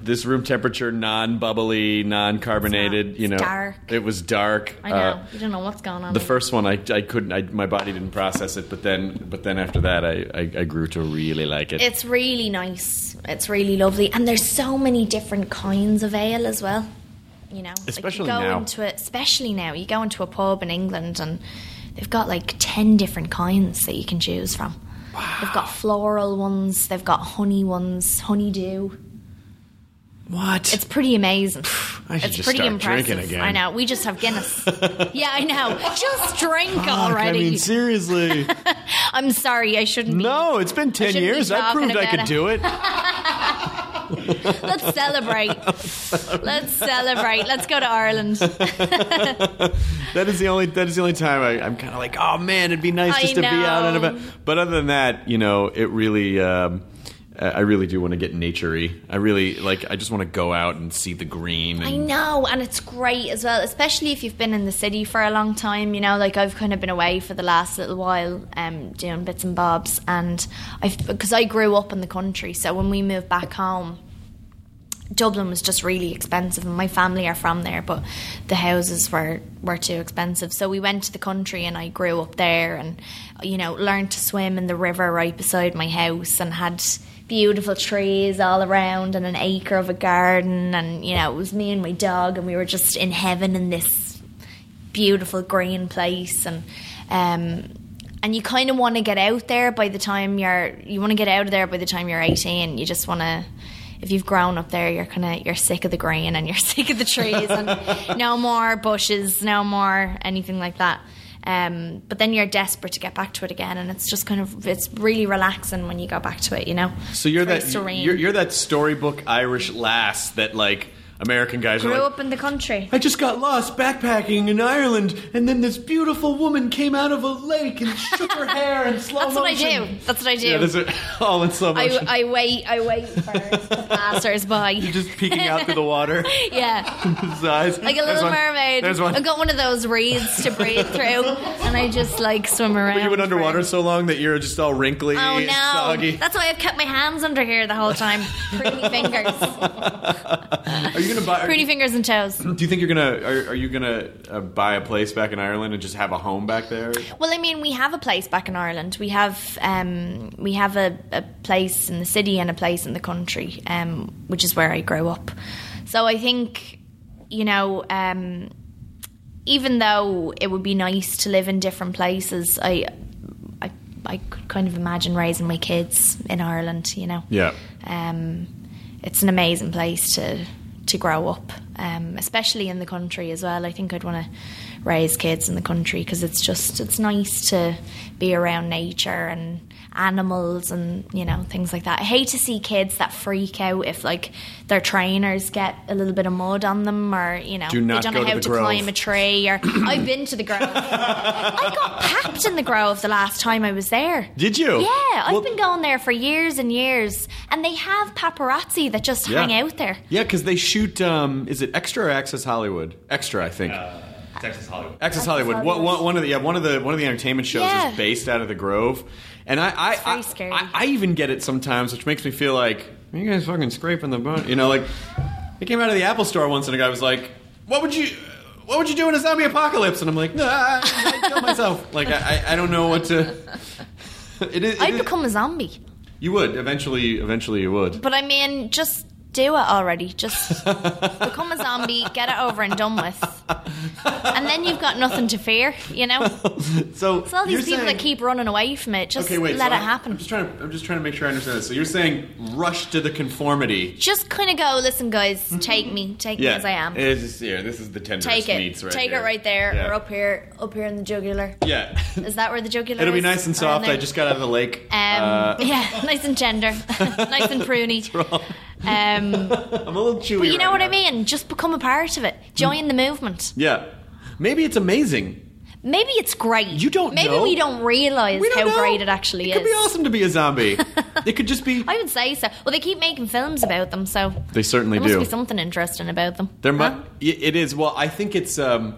B: This room temperature, non bubbly, non carbonated.
E: It's
B: You know,
E: dark.
B: it was dark.
E: I know.
B: Uh,
E: you don't know what's going on.
B: the first one, I, I couldn't. I, my body didn't process it, but then, but then after that, I, I, I grew to really like it.
E: It's really nice. It's really lovely, and there's so many different kinds of ale as well. You know, Like,
B: Especially
E: you go
B: now.
E: Into a, especially now, you go into a pub in England, and they've got like ten different kinds that you can choose from. They've got floral ones. They've got honey ones. Honeydew.
B: what?
E: It's pretty amazing.
B: I should
E: it's
B: just
E: pretty
B: start
E: impressive.
B: drinking again.
E: I know. We just have Guinness. <laughs> yeah, I know. Just drink already.
B: I mean,
E: <laughs>
B: seriously.
E: I'm sorry. I shouldn't. be-
B: No, it's been
E: I
B: 10
E: shouldn't be
B: years. I
E: talking
B: proved I
E: about
B: could
E: it. <laughs>
B: do it.
E: Let's celebrate.
B: <laughs>
E: Let's celebrate. Let's go to Ireland.
B: That is the only that is the only time I, I'm kind of like, oh man, it'd be nice
E: I
B: just to be out and
E: know.
B: about. But other than that, you know, it really, um, I I really do want to get naturey. I really like. I just want to go out and see the green. And
E: I know, and it's great as well, especially if you've been in the city for a long time. You know, like I've kind of been away for the last little while, um, doing bits and bobs, and I've because I grew up in the country, so when we moved back home. Dublin was just really expensive, and my family are from there, but the houses were, were too expensive. So we went to the country, and I grew up there, and you know, learned to swim in the river right beside my house, and had beautiful trees all around, and an acre of a garden, and you know, it was me and my dog, and we were just in heaven in this beautiful green place, and um, and you kind of want to get out there by the time you're you want to get out of there by the time you're 18 you just want to if you've grown up there you're kind of you're sick of the green and you're <laughs> sick of the trees and no more bushes no more anything like that um, but then you're desperate to get back to it again and it's just kind of it's really relaxing when you go back to it you know
B: so you're
E: Very
B: that
E: serene
B: you're, you're that storybook Irish lass that like American guys
E: grew
B: are like.
E: up in the country
B: I just got lost backpacking in Ireland, and then this beautiful woman came out of a lake and shook her hair in slow
E: that's what i
B: motion.
E: do that's what i do
B: Yeah, this is <laughs> all in slow
E: I,
B: motion.
E: I wait i wait for passers by
B: You're <laughs> just peeking out
E: <laughs>
B: through the water.
E: yeah
B: His eyes.
E: like a
B: There's
E: little
B: one.
E: mermaid.
B: There's one.
E: I got one of those reeds
B: <laughs>
E: to breathe through, and I just like swim around.
B: You went
E: for
B: underwater
E: it.
B: so long that you're just all wrinkly
E: Oh
B: and
E: no!
B: soggy.
E: That's why I've kept my hands under here the whole time.
B: <laughs>
E: Pretty fingers,
B: Are you gonna buy?
E: pretty fingers and toes.
B: do you think you're gonna? Are, are you gonna uh, buy a place back in Ireland and just have a home back there?
E: Well, I mean, we have a place back in Ireland. We have um, we have a, a place in the city and a place in the country, um, which is where I grew up. So I think, you know, um, even though it would be nice to live in different places, I I, I could kind of imagine raising my kids in Ireland. You know,
B: Yeah.
E: um, it's an amazing place to to grow up, um, especially in the country as well. I think I'd want to raise kids in the country because it's just it's nice to be around nature and animals and you know things like that. I hate to see kids that freak out if like their trainers get a little bit of mud on them or you know
B: Do not
E: they don't
B: go
E: know
B: to
E: how
B: the
E: to
B: Grove.
E: climb a tree or I've been to the
B: <laughs>
E: Grove. I got papped in the Grove the last time I was there.
B: Did you?
E: Yeah, I've
B: Well-
E: been going there for years and years, and they have paparazzi that just
B: Yeah.
E: hang out there.
B: Yeah, because they shoot. Um, is it Extra or Access Hollywood? Extra, I think.
C: Texas Hollywood.
B: Access Hollywood. One-
E: Hollywood.
B: One, one of the yeah, one of the one of the entertainment shows
E: Yeah.
B: is based out of the Grove, and I I,
E: very
B: I,
E: scary.
B: I I even get it sometimes, which makes me feel like "Are you guys fucking scraping the bone. You know, like I came out of the Apple Store once, and a guy was like, "What would you?" What would you do in a zombie apocalypse? And I'm like, nah, I I'd kill myself. <laughs> like, I, I I don't know what to. <laughs> It is. it
E: I'd
B: is-
E: become a zombie.
B: You would eventually. Eventually, you would.
E: But I mean, just do it
B: <laughs>
E: already. Just become a zombie, get it over and done with. And then you've got nothing to fear, you know? It's
B: So
E: all these
B: you're
E: people
B: saying-
E: that keep running away from it. Just
B: Okay, wait.
E: let
B: so
E: it
B: I'm-
E: happen.
B: I'm just trying to. I'm just trying to make sure I understand this. So you're saying rush to the conformity.
E: Just kind of go, listen, guys, take me, take me as I am.
B: It's just, yeah, this is the tenderest
E: Take it.
B: meats right
E: take
B: here.
E: it right there,
B: Yeah.
E: or up here, up here in the jugular. <laughs>
B: Yeah.
E: Is that where the jugular
B: It'll be
E: is?
B: nice and
E: Around
B: soft. I
E: there?
B: just got out of the lake.
E: Um,
B: Uh,
E: <laughs> yeah, nice and tender, <laughs> nice and pruny.
B: <laughs>
E: Um,
B: I'm a little chewy.
E: but you know
B: right
E: what I
B: now.
E: mean. Just become a part of it. Join the movement.
B: Yeah. Maybe it's amazing.
E: Maybe it's great.
B: You don't
E: Maybe
B: know.
E: we don't realize
B: We don't
E: how
B: know.
E: great it actually
B: It
E: is.
B: could be awesome to be a
E: <laughs>
B: zombie. it could just be.
E: I would say so. Well, they keep making films about them, so
B: They certainly
E: there must
B: do.
E: be something interesting about them.
B: There mu-
E: Huh?
B: y- It is. Well, I think it's. Um,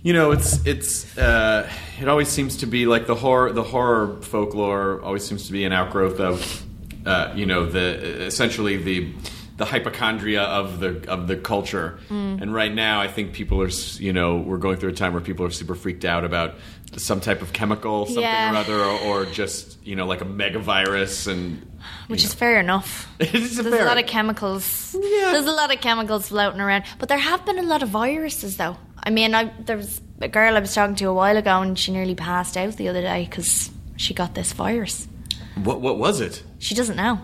B: you know, it's it's uh, it always seems to be like the horror the horror folklore always seems to be an outgrowth of uh, you know the essentially the the hypochondria of the of the culture.
E: Mm.
B: And right now, I think people are s- you know we're going through a time where people are super freaked out about some type of chemical something
E: Yeah.
B: or other or, or just you know like a megavirus and <laughs>
E: which is fair enough.
B: it's
E: There's a lot of chemicals. There's a lot of chemicals floating around, but there have been a lot of viruses, though. I mean, I, there was a girl I was talking to a while ago, and she nearly passed out the other day because she got this virus.
B: what what was it
E: She doesn't know.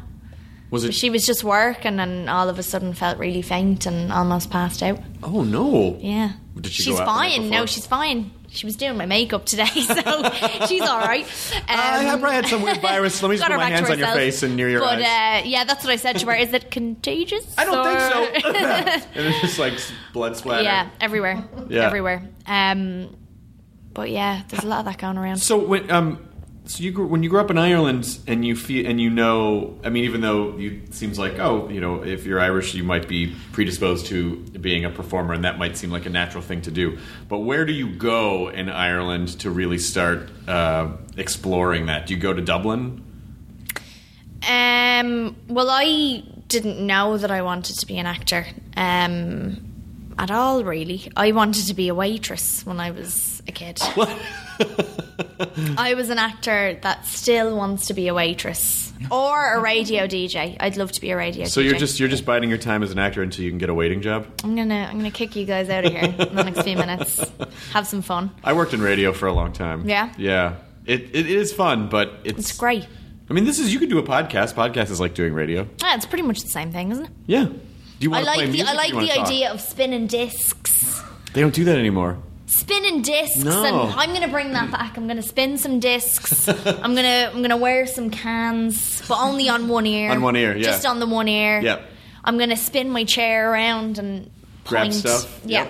B: was it
E: She was just working, and all of a sudden felt really faint and almost passed out.
B: oh no
E: Yeah.
B: Did she
E: she's
B: go out the night
E: fine.
B: before?
E: No, she's fine. She was doing my makeup today, <laughs> so she's all right. Um,
B: I had- probably had some weird virus.
E: <laughs>
B: Let me just put
E: got her
B: my
E: back to
B: hands on your
E: herself.
B: face and near your
E: but,
B: eyes.
E: uh, yeah, that's what I said to her. Is it contagious?
B: I don't
E: or-
B: think so. <laughs>
E: <laughs>
B: and it's just like blood splatter.
E: Yeah, everywhere.
B: Yeah.
E: Everywhere. Um, but yeah, there's a lot of that going around.
B: So when um, so you grew, when you grew up in Ireland and you feel and you know, I mean, even though you it seems like oh, you know, if you're Irish, you might be predisposed to being a performer, and that might seem like a natural thing to do. But where do you go in Ireland to really start uh, exploring that? Do you go to Dublin?
E: Um, well, I didn't know that I wanted to be an actor um, at all, really. I wanted to be a waitress when I was
B: <laughs>
E: a kid. I was an actor that still wants to be a waitress or a radio DJ. I'd love to be a radio DJ.
B: So you're just you're just biding your time as an actor until you can get a waiting job.
E: I'm gonna I'm gonna kick you guys out of here in the next few minutes.
B: <laughs>
E: Have some fun.
B: I worked in radio for a long time.
E: Yeah?
B: Yeah. It, it is fun, but it's,
E: It's great.
B: I mean, this is you could do a podcast. Podcast is like doing radio.
E: Yeah, Ah, it's pretty much the same thing, isn't it?
B: Yeah. Do you
E: I
B: want to play
E: like the
B: music?
E: I
B: or
E: like
B: do you
E: the
B: wanna talk?
E: idea of spinning discs.
B: They don't do that anymore.
E: Spinning discs
B: No.
E: and I'm gonna bring that back. I'm gonna spin
B: <laughs>
E: some discs. I'm gonna I'm gonna wear some cans, but only on one ear.
B: On one ear, yeah.
E: Just on the one ear.
B: Yep.
E: I'm gonna spin my chair around and
B: Grab
E: point.
B: stuff.
E: Yeah.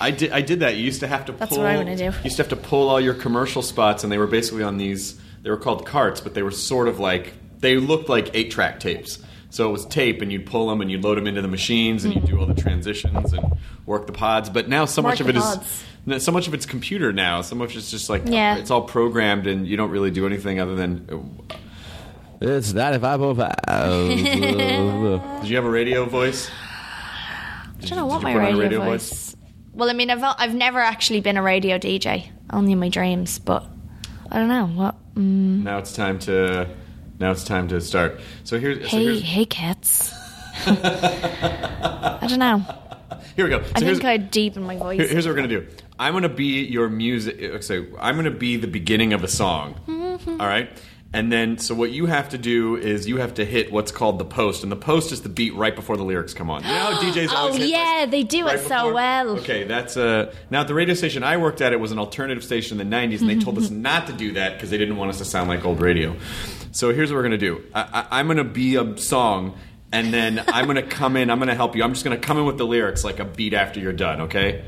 B: I did. I did that. You used to have to.
E: That's
B: pull,
E: what I wanna do.
B: You used to have to pull all your commercial spots, and they were basically on these. They were called carts, but they were sort of like they looked like eight track tapes. So it was tape, and you'd pull them, and you'd load them into the machines, and you'd do all the transitions and work the pods. But now so much
E: Work
B: of
E: the
B: it is
E: pods.
B: no, so much of it's computer now. So much it's just like
E: Yeah.
B: it's all programmed, and you don't really do anything other than.
F: It's 95 over
B: Did you have a radio voice?
E: I don't know
B: Did
E: what
B: you
E: my
B: put on a
E: radio,
B: radio
E: voice. Well, I mean, I've I've never actually been a radio DJ, only in my dreams. But I don't know what. Mm,
B: Now it's time to. Now it's time to start. So here's. so
E: hey,
B: here's
E: hey, cats. <laughs> I don't know.
B: Here we go. So
E: I
B: here's,
E: think I'd deepen my voice.
B: here- here's what we're gonna do. I'm gonna be your music. So I'm gonna be the beginning of a song.
E: Mm-hmm.
B: All right. And then, so what you have to do is you have to hit what's called the post, and the post is the beat right before the lyrics come on. You know
E: <gasps>
B: how DJs
E: oh
B: always hit
E: yeah,
B: like,
E: they do
B: right
E: it so
B: before?
E: well.
B: Okay, that's uh, now at the radio station I worked at. It was an alternative station in the '90s, and they told
E: <laughs>
B: us not to do that because they didn't want us to sound like old radio. So here's what we're gonna do. I, I, I'm gonna be a song, and then I'm gonna come in. I'm gonna help you. I'm just gonna come in with the lyrics like a beat after you're done. Okay.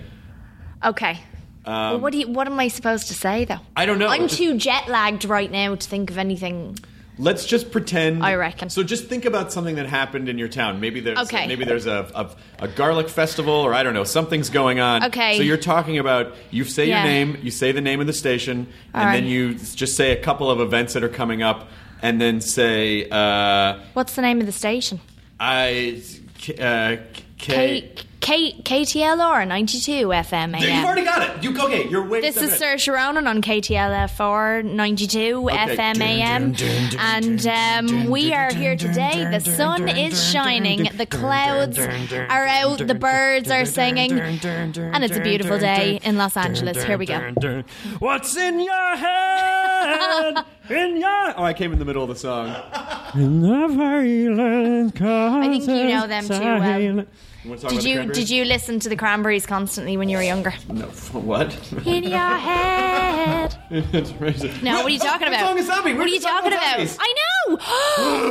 E: Okay. well, what do you? What am I supposed to say though?
B: Um, I don't know.
E: I'm
B: Just-
E: too jet lagged right now to think of anything.
B: Let's just pretend.
E: I reckon.
B: So just think about something that happened in your town. Maybe there's
E: Okay.
B: maybe there's a, a a garlic festival or I don't know something's going on.
E: Okay.
B: So you're talking about you say
E: Yeah.
B: your name, you say the name of the station, and
E: right.
B: then you just say a couple of events that are coming up, and then say uh,
E: What's the name of the station?
B: I K- uh, K.
E: K K KTLR 92 FM AM.
B: You've already got it. You okay? You're way.
E: This
B: so
E: is
B: good.
E: Sir Sharonan on KTLF4 92
B: Okay.
E: FM AM. And um, we are here today. The sun is shining, the clouds are out, the birds are singing, and it's a beautiful day in Los Angeles. Here we go.
B: What's in your head? in your oh, I came in the middle of the song.
E: I think you know them too well.
B: You wanna talk about
E: Did
B: the
E: you
B: Cranberries?
E: did you listen to the Cranberries constantly when you were younger?
B: No, <laughs> f- what?
E: In your head. <laughs> No, what are you
B: What
E: talking about?
B: song is that? We were
E: What are you
B: just talking
E: talking
B: about
E: about?
B: zombies.
E: I know. <gasps>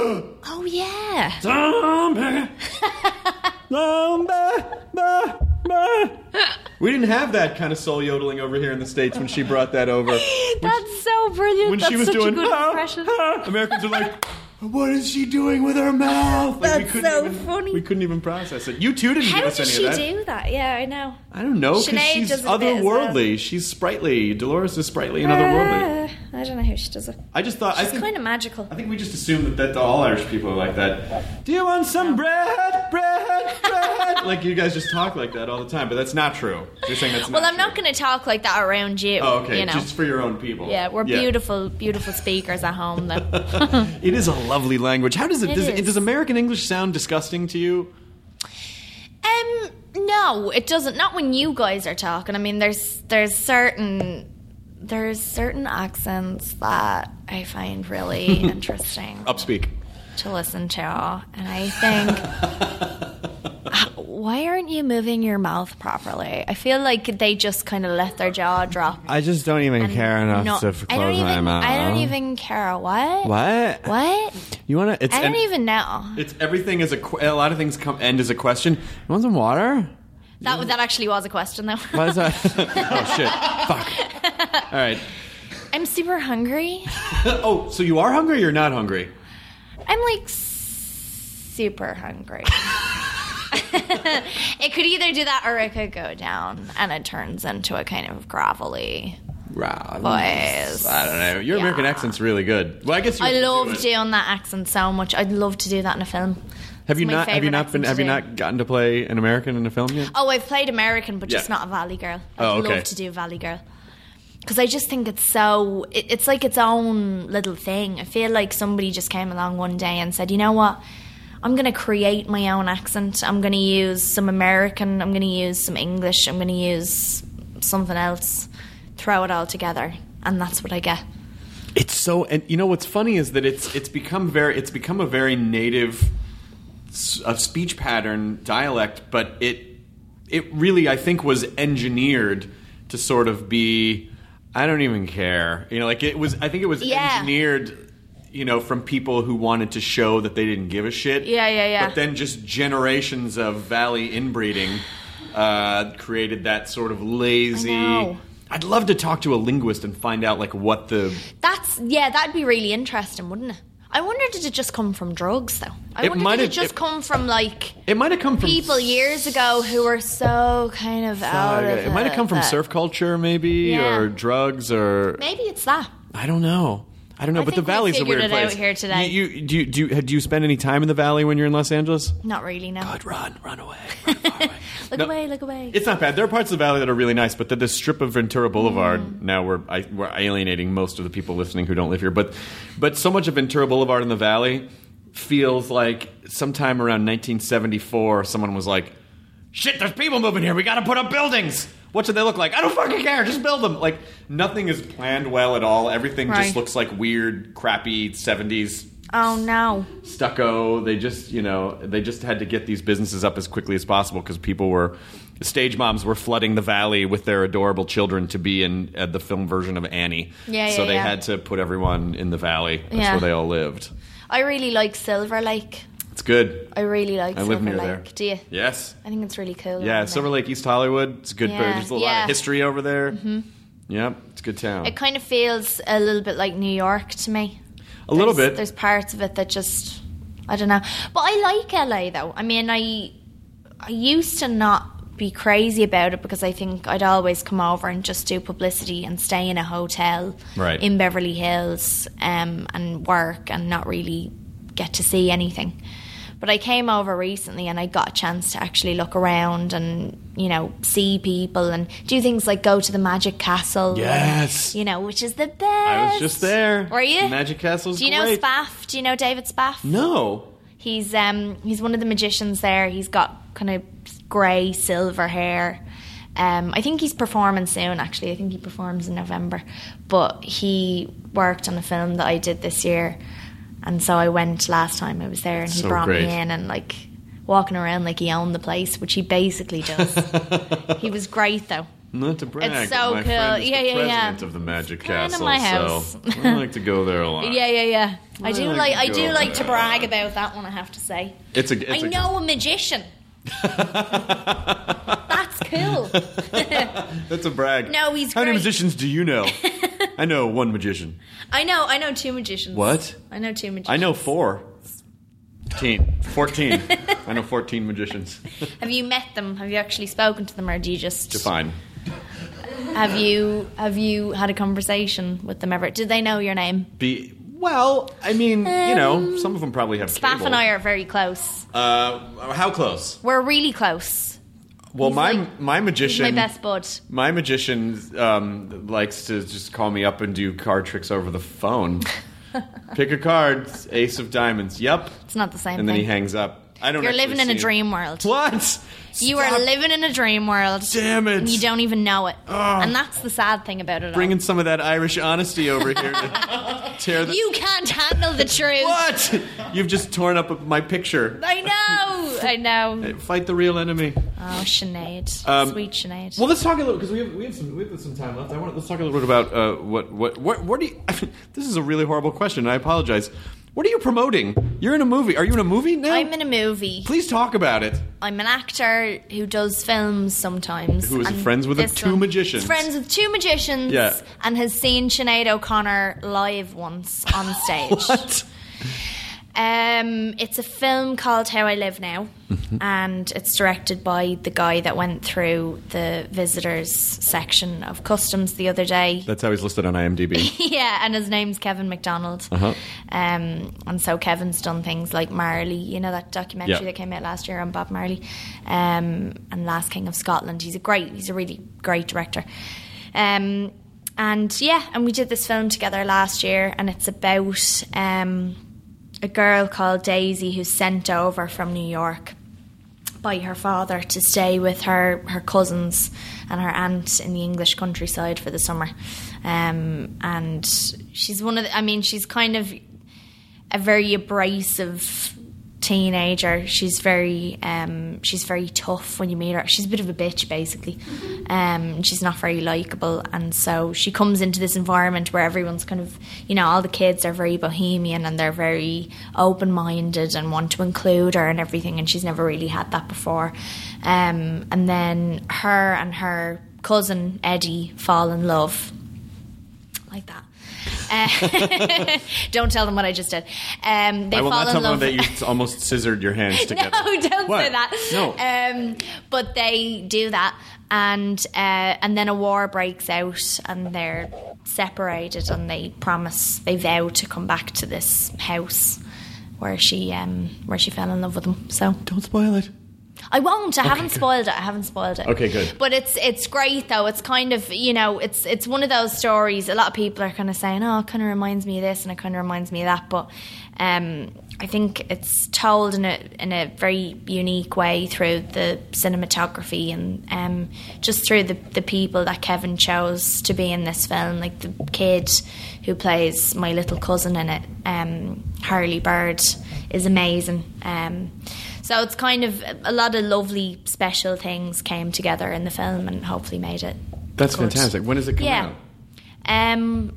B: <gasps>
E: oh yeah. <laughs>
B: We didn't have that kind of soul yodeling over here in the states when
E: <laughs>
B: she brought that over.
E: That's so brilliant.
B: When
E: That's
B: she was
E: such
B: doing
E: a good
B: "Ah,
E: impression.
B: ah," Americans are like, What is she doing with her mouth? Like, we
E: That's
B: couldn't
E: so
B: even-
E: funny.
B: We couldn't even process it. You two didn't give
E: How
B: us
E: did
B: any
E: she
B: of that.
E: do that? Yeah, I know.
B: I don't know because
E: Sinead
B: she's
E: does it a bit as um, well.
B: otherworldly. She's sprightly. Dolores is sprightly and otherworldly.
E: Uh, I don't know how she does it.
B: I just thought. I
E: It's
B: think,
E: kind of magical.
B: I think we just assume that, that all Irish people are like that. Do you want some bread? Bread? Bread? <laughs> like you guys just talk like that all the time, but that's not true. You're saying that's
E: Well,
B: not
E: I'm not
B: true.
E: going to talk like that around you.
B: Oh, okay.
E: You know.
B: Just for your own people.
E: yeah, we're beautiful, beautiful speakers at
B: <laughs>
E: home, though.
B: It is a lovely language. How does it?
E: It
B: does,
E: is.
B: does American English sound disgusting to you?
E: Um, no, it doesn't. Not when you guys are talking. I mean, there's there's certain there's certain accents that I find
F: <laughs>
E: really interesting
B: Upspeak.
E: to listen to, and
F: <laughs>
E: I think. uh, Why aren't you moving your mouth properly? I feel like they just kind of let their jaw drop.
F: I just don't even
E: and
F: care enough
E: not-
F: to f-
E: I
F: close
E: don't even.
F: my mouth.
E: I don't even care. What?
F: What?
E: What?
F: You wanna? It's.
E: I don't
F: an-
E: even know.
B: It's everything is a. que- A lot of things come end as a question.
F: You want some water?
E: That that actually was a question, though.
F: Why is that?
B: <laughs> Oh shit! Fuck. All right.
E: <laughs> I'm super hungry.
B: Oh, so you are hungry? or You're not hungry?
E: I'm like super hungry. <laughs> it could either do that or it could go down and it turns into a kind of gravelly voice.
B: I don't know. Your American accent's really good. Well, I guess you
E: I
B: have to do
E: love
B: it.
E: doing that accent so much. I'd love to do that in a film.
B: Have you
E: It's my
B: not? Have you
E: favorite
B: not been?
E: accent
B: Have
E: to
B: you
E: do.
B: not gotten to play an American in a film yet?
E: Oh, I've played American, but just
B: Yeah.
E: not a Valley Girl. I'd
B: Oh, okay.
E: love to do Valley Girl. Because I just think it's so, it, it's like its own little thing. I feel like somebody just came along one day and said, you know what? I'm going to create my own accent. I'm going to use some American, I'm going to use some English, I'm going to use something else, throw it all together. And that's what I get.
B: It's so, and you know what's funny is that it's it's become very it's become a very native s- a speech pattern dialect, but it it really I think was engineered to sort of be I don't even care, you know, like it was I think it was
E: Yeah.
B: engineered. You know, from people who wanted to show that they didn't give a shit.
E: Yeah, yeah, yeah.
B: But then just generations of valley inbreeding uh, created that sort of lazy.
E: know.
B: I'd love to talk to a linguist and find out like what the
E: That's, yeah, that'd be really interesting, wouldn't it? I wonder did it just come from drugs, though? I
B: It
E: wonder
B: might
E: did it
B: have-
E: just
B: it-
E: come from, like,
B: It might have come from
E: people years ago who were so kind of out of
B: it might have come from
E: that.
B: surf culture, maybe,
E: Yeah.
B: or drugs, or
E: Maybe it's that.
B: I don't know. I don't know.
E: I
B: but the
E: think we
B: valley's a
E: figured
B: weird
E: it out
B: place.
E: here today.
B: You, you- do you, do you, do you spend any time in the valley when you're in Los Angeles?
E: Not really. No.
B: I'd run, run
E: <laughs>
B: away. run far away.
E: Look
B: No.
E: away. Look away.
B: It's not bad. There are parts of the valley that are really nice, but the, the strip of Ventura Boulevard now we're I, we're alienating most of the people listening who don't live here. But but so much of Ventura Boulevard in the valley feels like sometime around 1974, someone was like, "Shit, there's people moving here. We got to put up buildings." What do they look like? I don't fucking care. Just build them. Like nothing is planned well at all. Everything just
E: Right.
B: looks like weird, crappy 70s
E: oh no.
B: stucco. They just, you know, they just had to get these businesses up as quickly as possible because people were, stage moms were flooding the valley with their adorable children to be in uh, the film version of Annie.
E: Yeah,
B: so
E: yeah,
B: they
E: yeah.
B: had to put everyone in the valley. That's
E: Yeah.
B: where they all lived.
E: I really like Silver Lake.
B: It's good.
E: I really like
B: I
E: Silver
B: live near
E: Lake.
B: there.
E: Do you?
B: Yes.
E: I think it's really cool. uh,
B: Yeah,
E: around
B: Silver
E: there.
B: Lake, East Hollywood. It's a good.
E: Yeah.
B: There's a lot
E: Yeah.
B: of history over there. Mm-hmm. Yep, it's a good town.
E: It kind of feels a little bit like New York to me.
B: a little
E: There's-
B: bit.
E: There's parts of it that just I don't know. But I like LA though. I mean, I I used to not be crazy about it because I think I'd always come over and just do publicity and stay in a hotel
B: Right.
E: in Beverly Hills um, and work and not really get to see anything. But I came over recently and I got a chance to actually look around and you know see people and do things like go to the Magic Castle. and,
B: Yes.
E: you know which is the best.
B: I was just there.
E: Were you?
B: Magic Castle's
E: Do you know
B: great.
E: Spaff? Do you know David Spaff?
B: No.
E: He's um he's one of the magicians there. He's got kind of grey silver hair. Um, I think he's performing soon. Actually, I think he performs in November. But he worked on a film that I did this year, and so I went last time I was there, and he
B: So
E: brought
B: great.
E: me in and like walking around like he owned the place, which he basically
B: <laughs>
E: does. he was great though.
B: Not to brag,
E: It's
B: but
E: so
B: my
E: cool.
B: friend is
E: Yeah,
B: the
E: yeah, yeah.
B: president of the Magic
E: kind of
B: Castle,
E: my
B: so I like to go there a lot.
E: <laughs> Yeah, yeah, yeah. I do
B: Well,
E: like I
B: go
E: do like to
B: there.
E: brag about that one. I have to say.
B: It's a, it's
E: I
B: a-
E: know
B: <laughs>
E: a magician. That's cool.
B: That's a brag.
E: No, he's
B: How many
E: great. <laughs>
B: musicians do you know? I know one magician.
E: I know, I know two magicians.
B: What?
E: I know two magicians.
B: I know four. Teen. 14. I know 14 magicians.
E: Have you met them? Have you actually spoken to them, or do you just
B: Define.
E: have you have you had a conversation with them ever? Did they know your name?
B: Be well. I mean, you know, some of them probably have.
E: Um, Spaff
B: cable.
E: and I are very close.
B: Uh, how close?
E: We're really close.
B: Well,
E: He's
B: my
E: like-
B: my
E: He's
B: magician.
E: my best bud.
B: My magician um, likes to just call me up and do card tricks over the
E: <laughs>
B: phone. Pick a card, ace of diamonds. Yep.
E: It's not the same
B: And then
E: thing.
B: he hangs up. I don't.
E: You're
B: actually
E: living in
B: see
E: a
B: it.
E: dream world.
B: What?
E: You are
B: Stop
E: living in a dream world.
B: Damn it.
E: And you don't even know it. And that's the sad thing about it
B: bringing Ah. some of that Irish honesty over here
E: <laughs>
B: to tear
E: all.
B: the.
E: You can't handle the truth.
B: <laughs> what? You've just torn up my picture.
E: I know. I
B: <laughs>
E: know.
B: Fight the real enemy.
E: Oh, Sinead. Sweet Sinead.
B: Um, Well, let's talk a little because we have we have some we have some time left. I want let's talk a little bit about uh, what what what what do you? <laughs> I mean, this is a really horrible question. I apologize. What are you promoting? You're in a movie. Are you in a movie now?
E: I'm in a movie.
B: Please talk about it.
E: I'm an actor who does films sometimes.
B: Who is
E: and
B: friends with the
E: this
B: two magicians.
E: is Friends with two magicians.
B: Yeah.
E: And has seen Sinead O'Connor live once
B: <laughs>
E: on stage.
B: What?
E: Um, it's a film called How I Live Now,
B: Mm-hmm.
E: and it's directed by the guy that went through the visitors section of customs the other day.
B: That's how he's listed on
E: <laughs>
B: IMDb.
E: yeah, and his name's Kevin McDonald.
B: Uh-huh.
E: Um, and so Kevin's done things like Marley, you know that documentary
B: Yeah.
E: that came out last year on Bob Marley, um, and Last King of Scotland. He's a great, he's a really great director. Um, and yeah, and we did this film together last year, and it's about um, a girl called Daisy who's sent over from New York by her father to stay with her, her cousins and her aunt in the English countryside for the summer. Um, and she's one of the, I mean, she's kind of a very abrasive teenager. She's very um, she's very tough when you meet her. She's a bit of a bitch basically. Um, she's not very likable, and so she comes into this environment where everyone's kind of you know all the kids are very bohemian and they're very open minded and want to include her and everything. And she's never really had that before. Um, and then her and her cousin Eddie fall in love like that. Uh, <laughs> don't tell them what I just did. Um, they
B: I will
E: fall
B: not tell
E: in
B: them
E: love.
B: that
E: <laughs>
B: you almost scissored your hands together.
E: no, <laughs> don't
B: What?
E: say that.
B: No.
E: Um, but they do that, and uh, and then a war breaks out, and they're separated, and they promise, they vow to come back to this house where she um, where she fell in love with him. So
B: Don't spoil it.
E: I won't. I haven't spoiled it. I haven't spoiled it.
B: Okay, good.
E: But it's it's great though. It's kind of you know it's it's one of those stories. A lot of people are kind of saying, oh, it kind of reminds me of this and it kind of reminds me of that. But um, I think it's told in a in a very unique way through the cinematography and um, just through the the people that Kevin chose to be in this film, like the kid who plays my little cousin in it, um, Harley Bird, is amazing. Um, so it's kind of a lot of lovely special things came together in the film and hopefully made it.
B: That's
E: good.
B: fantastic. When does it come
E: Yeah.
B: out?
E: Um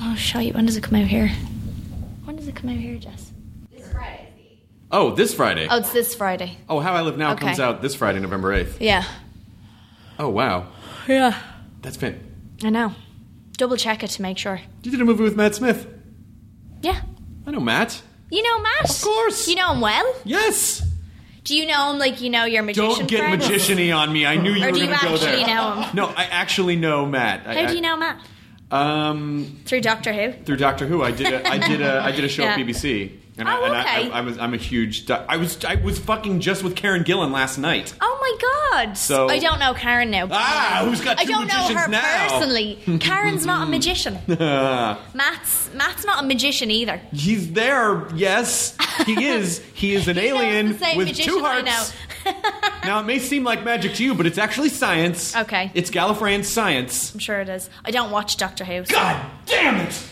E: oh shite, when does it come out here? When does it come out here, Jess?
B: Oh, this Friday.
E: Oh, it's this Friday.
B: Oh, How I Live Now
E: Okay.
B: comes out this Friday, November 8th.
E: Yeah.
B: Oh, wow.
E: Yeah.
B: That's fan.
E: I know. Double check it to make sure.
B: You did a movie with Matt Smith.
E: Yeah.
B: I know Matt.
E: You know Matt?
B: Of course.
E: You know him well?
B: Yes.
E: Do you know him like you know your magician
B: Don't get
E: friend?
B: magician-y on me. I knew you
E: Or
B: were
E: do
B: going
E: you
B: to go there.
E: actually
B: <laughs>
E: know him?
B: No, I actually know Matt. I,
E: How do you know Matt?
B: I, um,
E: Through Doctor Who?
B: through Doctor Who, I did a, I did a, I did a show at
E: Yeah.
B: BBC. And
E: Oh,
B: I, and
E: okay.
B: I, I, I was, I'm a huge. doc- I was, I was fucking just with Karen Gillan last night.
E: Oh my god.
B: So-
E: I don't know Karen now. but-
B: Ah, who's got
E: I
B: two
E: don't know
B: magicians
E: her
B: now?
E: personally.
B: <laughs>
E: Karen's not a magician. Matt's Matt's not a magician either.
B: He's there. Yes, he is. He is an
E: <laughs> He knows the
B: alien
E: same
B: with
E: magician
B: two
E: I
B: hearts. now it may seem like magic to you, but it's actually science.
E: Okay.
B: It's Gallifreyan science.
E: <laughs> I'm sure it is. I don't watch Doctor Who. so-
B: God damn it!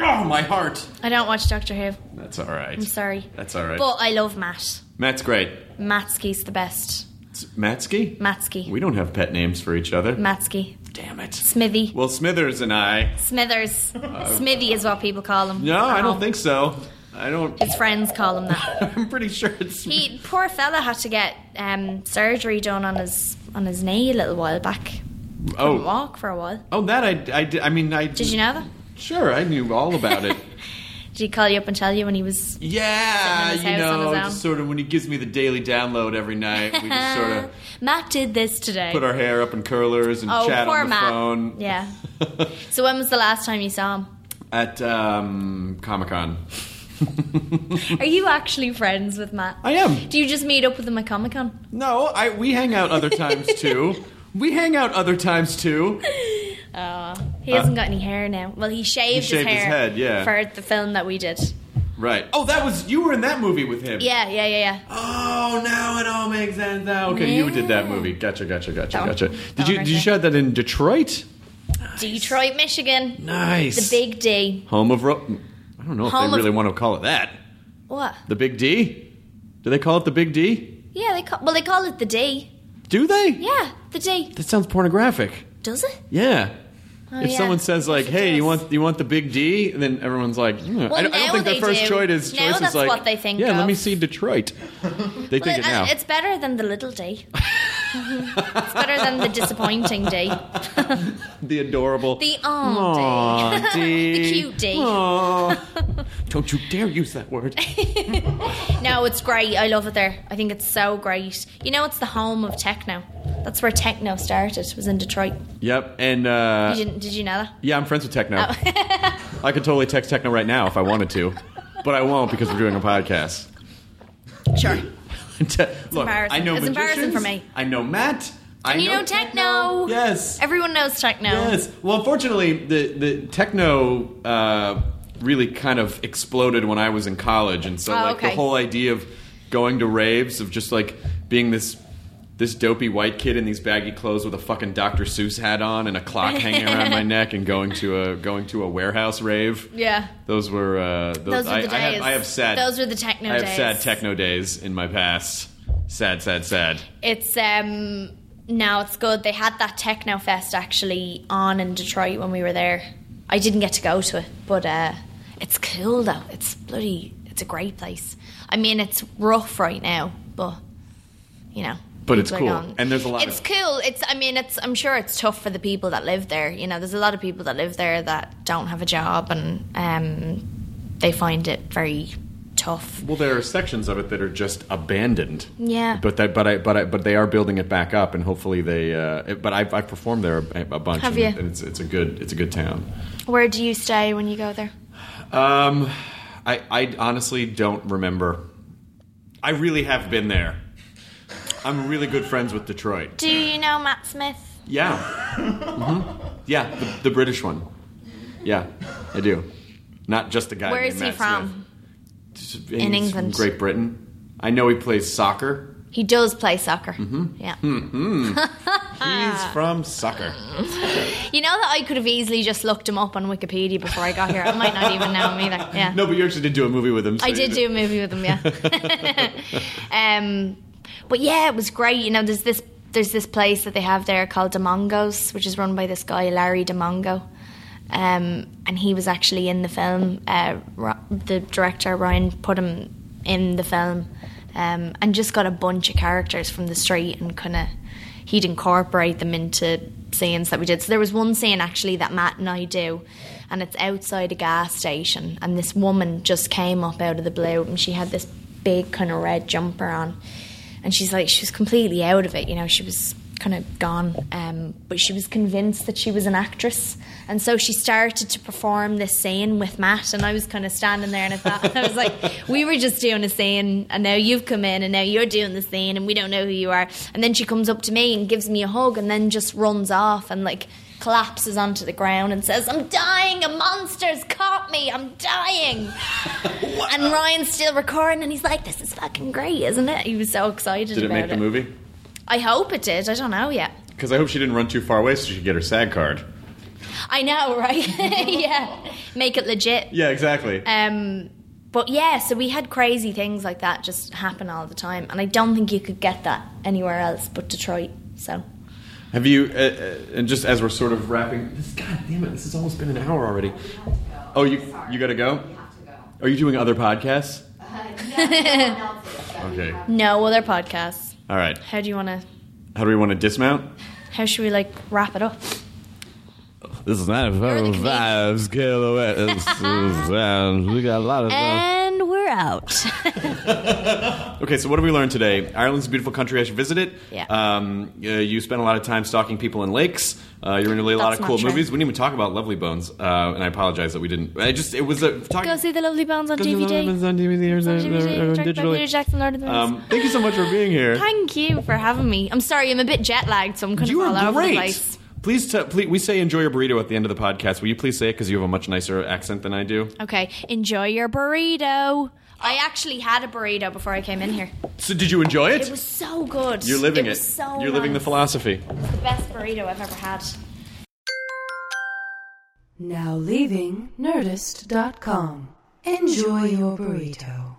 B: Oh, my heart.
E: I don't watch Doctor Who.
B: That's all right.
E: I'm sorry.
B: That's all right.
E: But I love Matt.
B: Matt's great.
E: Matsky's the best.
B: It's Matsky?
E: Matsky.
B: We don't have pet names for each
E: Mm.
B: other.
E: Matsky.
B: Damn it.
E: Smithy.
B: Well, Smithers and I. <laughs>
E: Smithers. Smithy is what people call him.
B: No, I
E: Oh.
B: don't think so. I don't.
E: His friends call him that.
B: <laughs> I'm pretty sure it's.
E: He poor fella had to get um, surgery done on his on his knee a little while back. Couldn't
B: oh,
E: walk for a while.
B: oh, that I, I, did- I mean, I.
E: Did you know that?
B: Sure, I knew all about it.
E: Did he call you up and tell you when he was?
B: <laughs> yeah,
E: Sitting
B: you
E: in his house on
B: know,
E: his own.
B: just sort of when he gives me the daily download every night, we just sort of
E: Matt did this today.
B: put our hair up in curlers and
E: oh,
B: chat
E: poor
B: on the
E: Matt.
B: phone. <laughs>
E: Yeah. so when was the last time you saw him?
B: At um, Comic Con.
E: Are you actually friends with Matt?
B: I am.
E: Do you just meet up with him at Comic Con?
B: <laughs> No, I we hang out other times
E: <laughs>
B: too. we hang out other times too.
E: He hasn't got any hair now. Well, he shaved,
B: Uh, shaved his
E: hair
B: head, yeah.
E: for the film that we did.
B: Right. Oh, that was you were in that movie with him.
E: Yeah, yeah, yeah, yeah.
B: Oh, now it all makes sense. Now, okay, you did that movie. Gotcha, gotcha, gotcha,
E: That one.
B: gotcha.
E: That
B: Did
E: one
B: you
E: right
B: did you
E: there.
B: shot that in Detroit?
E: Detroit, Michigan. The
B: Nice.
E: Big D.
B: home of. Ro- I don't know if
E: Home of-
B: they really want to call it that.
E: What?
B: The Big D. Do they call it the Big D?
E: Yeah, they call, well they call it the D.
B: Do they?
E: Yeah, the D.
B: That sounds pornographic.
E: Does it?
B: Yeah. if
E: Oh, yeah.
B: someone says like,
E: Yes, it
B: "Hey, you
E: does.
B: want you want the Big D?" and then everyone's like, "Hmm, I, don't- I
E: now
B: don't think their
E: they
B: first
E: do.
B: choice is
E: Now
B: choice is
E: that's
B: like,
E: what they think
B: "Yeah,
E: of.
B: let me see Detroit." They think it
E: Well,
B: now.
E: uh, It's better than the little D. <laughs> it's better than the disappointing D.
B: the adorable.
E: The aw D.
B: Aw, D.
E: <laughs> The cute D. <laughs>
B: Aw. Don't you dare use that word.
E: No, it's great. I love it there. I think it's so great. You know, it's the home of techno. That's where techno started. Was in Detroit.
B: yep. And uh,
E: You Oh. didn't? Did you know that?
B: yeah, I'm friends with Techno. <laughs> I could totally text Techno right now if I wanted to, but I won't because we're doing a podcast. <laughs>
E: Sure.
B: Look, I
E: embarrassing.
B: know
E: It's embarrassing
B: magicians,
E: for me.
B: I know Matt. I
E: you know techno.
B: Yes.
E: Everyone knows techno.
B: Yes. Well, unfortunately, the the techno uh, really kind of exploded when I was in college, and so
E: Oh,
B: like
E: okay.
B: the whole idea of going to raves of just like being this this dopey white kid in these baggy clothes with a fucking Dr. Seuss hat on and a
E: <laughs>
B: clock hanging around my neck and going to a going to a warehouse rave.
E: Yeah.
B: Those were uh, those,
E: Those were
B: I,
E: the
B: I have,
E: days.
B: I have sad.
E: Those were the techno
B: I have
E: days.
B: sad techno days in my past. Sad, sad, sad.
E: It's um. No, it's good. They had that techno fest actually on in Detroit when we were there. I didn't get to go to it, but uh, it's cool though. It's bloody. It's a great place. I mean, it's rough right now, but you know.
B: But it's
E: people are
B: cool.
E: gone.
B: And there's a lot
E: It's
B: of-
E: cool. It's. I mean, it's. I'm sure it's tough for the people that live there. You know, there's a lot of people that live there that don't have a job and um, they find it very tough.
B: Well, there are sections of it that are just abandoned.
E: Yeah.
B: But that, but I, but I, but they are building it back up, and hopefully they. Uh, it- but I've, I've performed there a, a bunch.
E: Have
B: and
E: you?
B: it- and it's, it's a good, it's a good town.
E: Where do you stay when you go there?
B: Um, I, I honestly don't remember. I really have been there. I'm really good friends with Detroit.
E: Do you know Matt Smith?
B: Yeah. hmm Yeah, the, the British one. Yeah, I do. Not just the guy.
E: Where
B: named
E: is he
B: Matt
E: from?
B: Smith.
E: In
B: He's from
E: England.
B: Great Britain. I know he plays soccer.
E: He does play soccer. Yeah. Ah.
B: He's from Sucker.
E: You know that I could have easily just looked him up on Wikipedia before I got here. I might not even know him either. Yeah.
B: No, but you actually did do a movie with him. so
E: I
B: you
E: did do a movie with him, yeah. um, but yeah, it was great. You know, there's this there's this place that they have there called Demongos, which is run by this guy Larry Demongo, um, and he was actually in the film. Uh, Ro- the director Ryan put him in the film, um, and just got a bunch of characters from the street and kind of he'd incorporate them into scenes that we did. So there was one scene actually that Matt and I do, and it's outside a gas station, and this woman just came up out of the blue, and she had this big kind of red jumper on, and she's like, she was completely out of it, you know, she was kind of gone, um, but she was convinced that she was an actress, and so she started to perform this scene with Matt, and I was kind of standing there, and I thought, <laughs> I was like, we were just doing a scene, and now you've come in, and now you're doing the scene, and we don't know who you are, and then she comes up to me and gives me a hug, and then just runs off, and like collapses onto the ground and says, I'm dying, a monster's caught me, I'm
B: <laughs>
E: dying. and Ryan's still recording and he's like, This is fucking great, isn't it? He was so excited
B: Did it
E: about
B: make the movie?
E: I hope it did, I don't know yet.
B: Because I hope she didn't run too far away so she could get her SAG card.
E: I know, <laughs> right? yeah. Make it legit.
B: Yeah, exactly.
E: Um but yeah, so we had crazy things like that just happen all the time, and I don't think you could get that anywhere else but Detroit. So <laughs>
B: Have you? Uh, uh, and just as we're sort of wrapping, this god damn it, this has almost been an hour already. Oh, you you gotta go. Are you doing other podcasts? okay.
E: no other podcasts.
B: All right.
E: How do you want to?
B: How do we want to dismount?
E: How should we like wrap it up?
G: This is not
E: the comedian.
G: five scale away. This is, <laughs> um, we got a lot of
E: Eh,
G: stuff.
E: Uh, And we're out.
B: Okay, so what have we learned today? Ireland's a beautiful country. I should visit it.
E: Yeah.
B: Um, uh, you spent a lot of time stalking people in lakes. Uh, you're into a lot
E: That's
B: of
E: not
B: cool
E: true.
B: movies. We didn't even talk about Lovely Bones, uh, and I apologize that we didn't. I just it was a talk,
E: Go see the Lovely Bones on
B: Go see the Lovely
E: DVD.
B: Bones on DVD or,
E: On DVD,
B: or- or
E: directed by
B: uh, digitally.
E: Peter Jackson, Lord of the Rings.
B: Um, thank you so much for being here.
E: Thank you for having me. I'm sorry, I'm a bit jet lagged, so I'm kind
B: You
E: of all
B: are
E: over the
B: great.
E: place.
B: Please, t- please, we say enjoy your burrito at the end of the podcast. Will you please say it because you have a much nicer accent than I do?
E: Okay, enjoy your burrito. I actually had a burrito before I came in here.
B: So, did you enjoy it?
E: It was so good.
B: You're living it.
E: was so
B: You're living the
E: nice.
B: philosophy.
E: It's the best burrito I've ever had.
H: Now leaving Nerdist.com. Enjoy your burrito.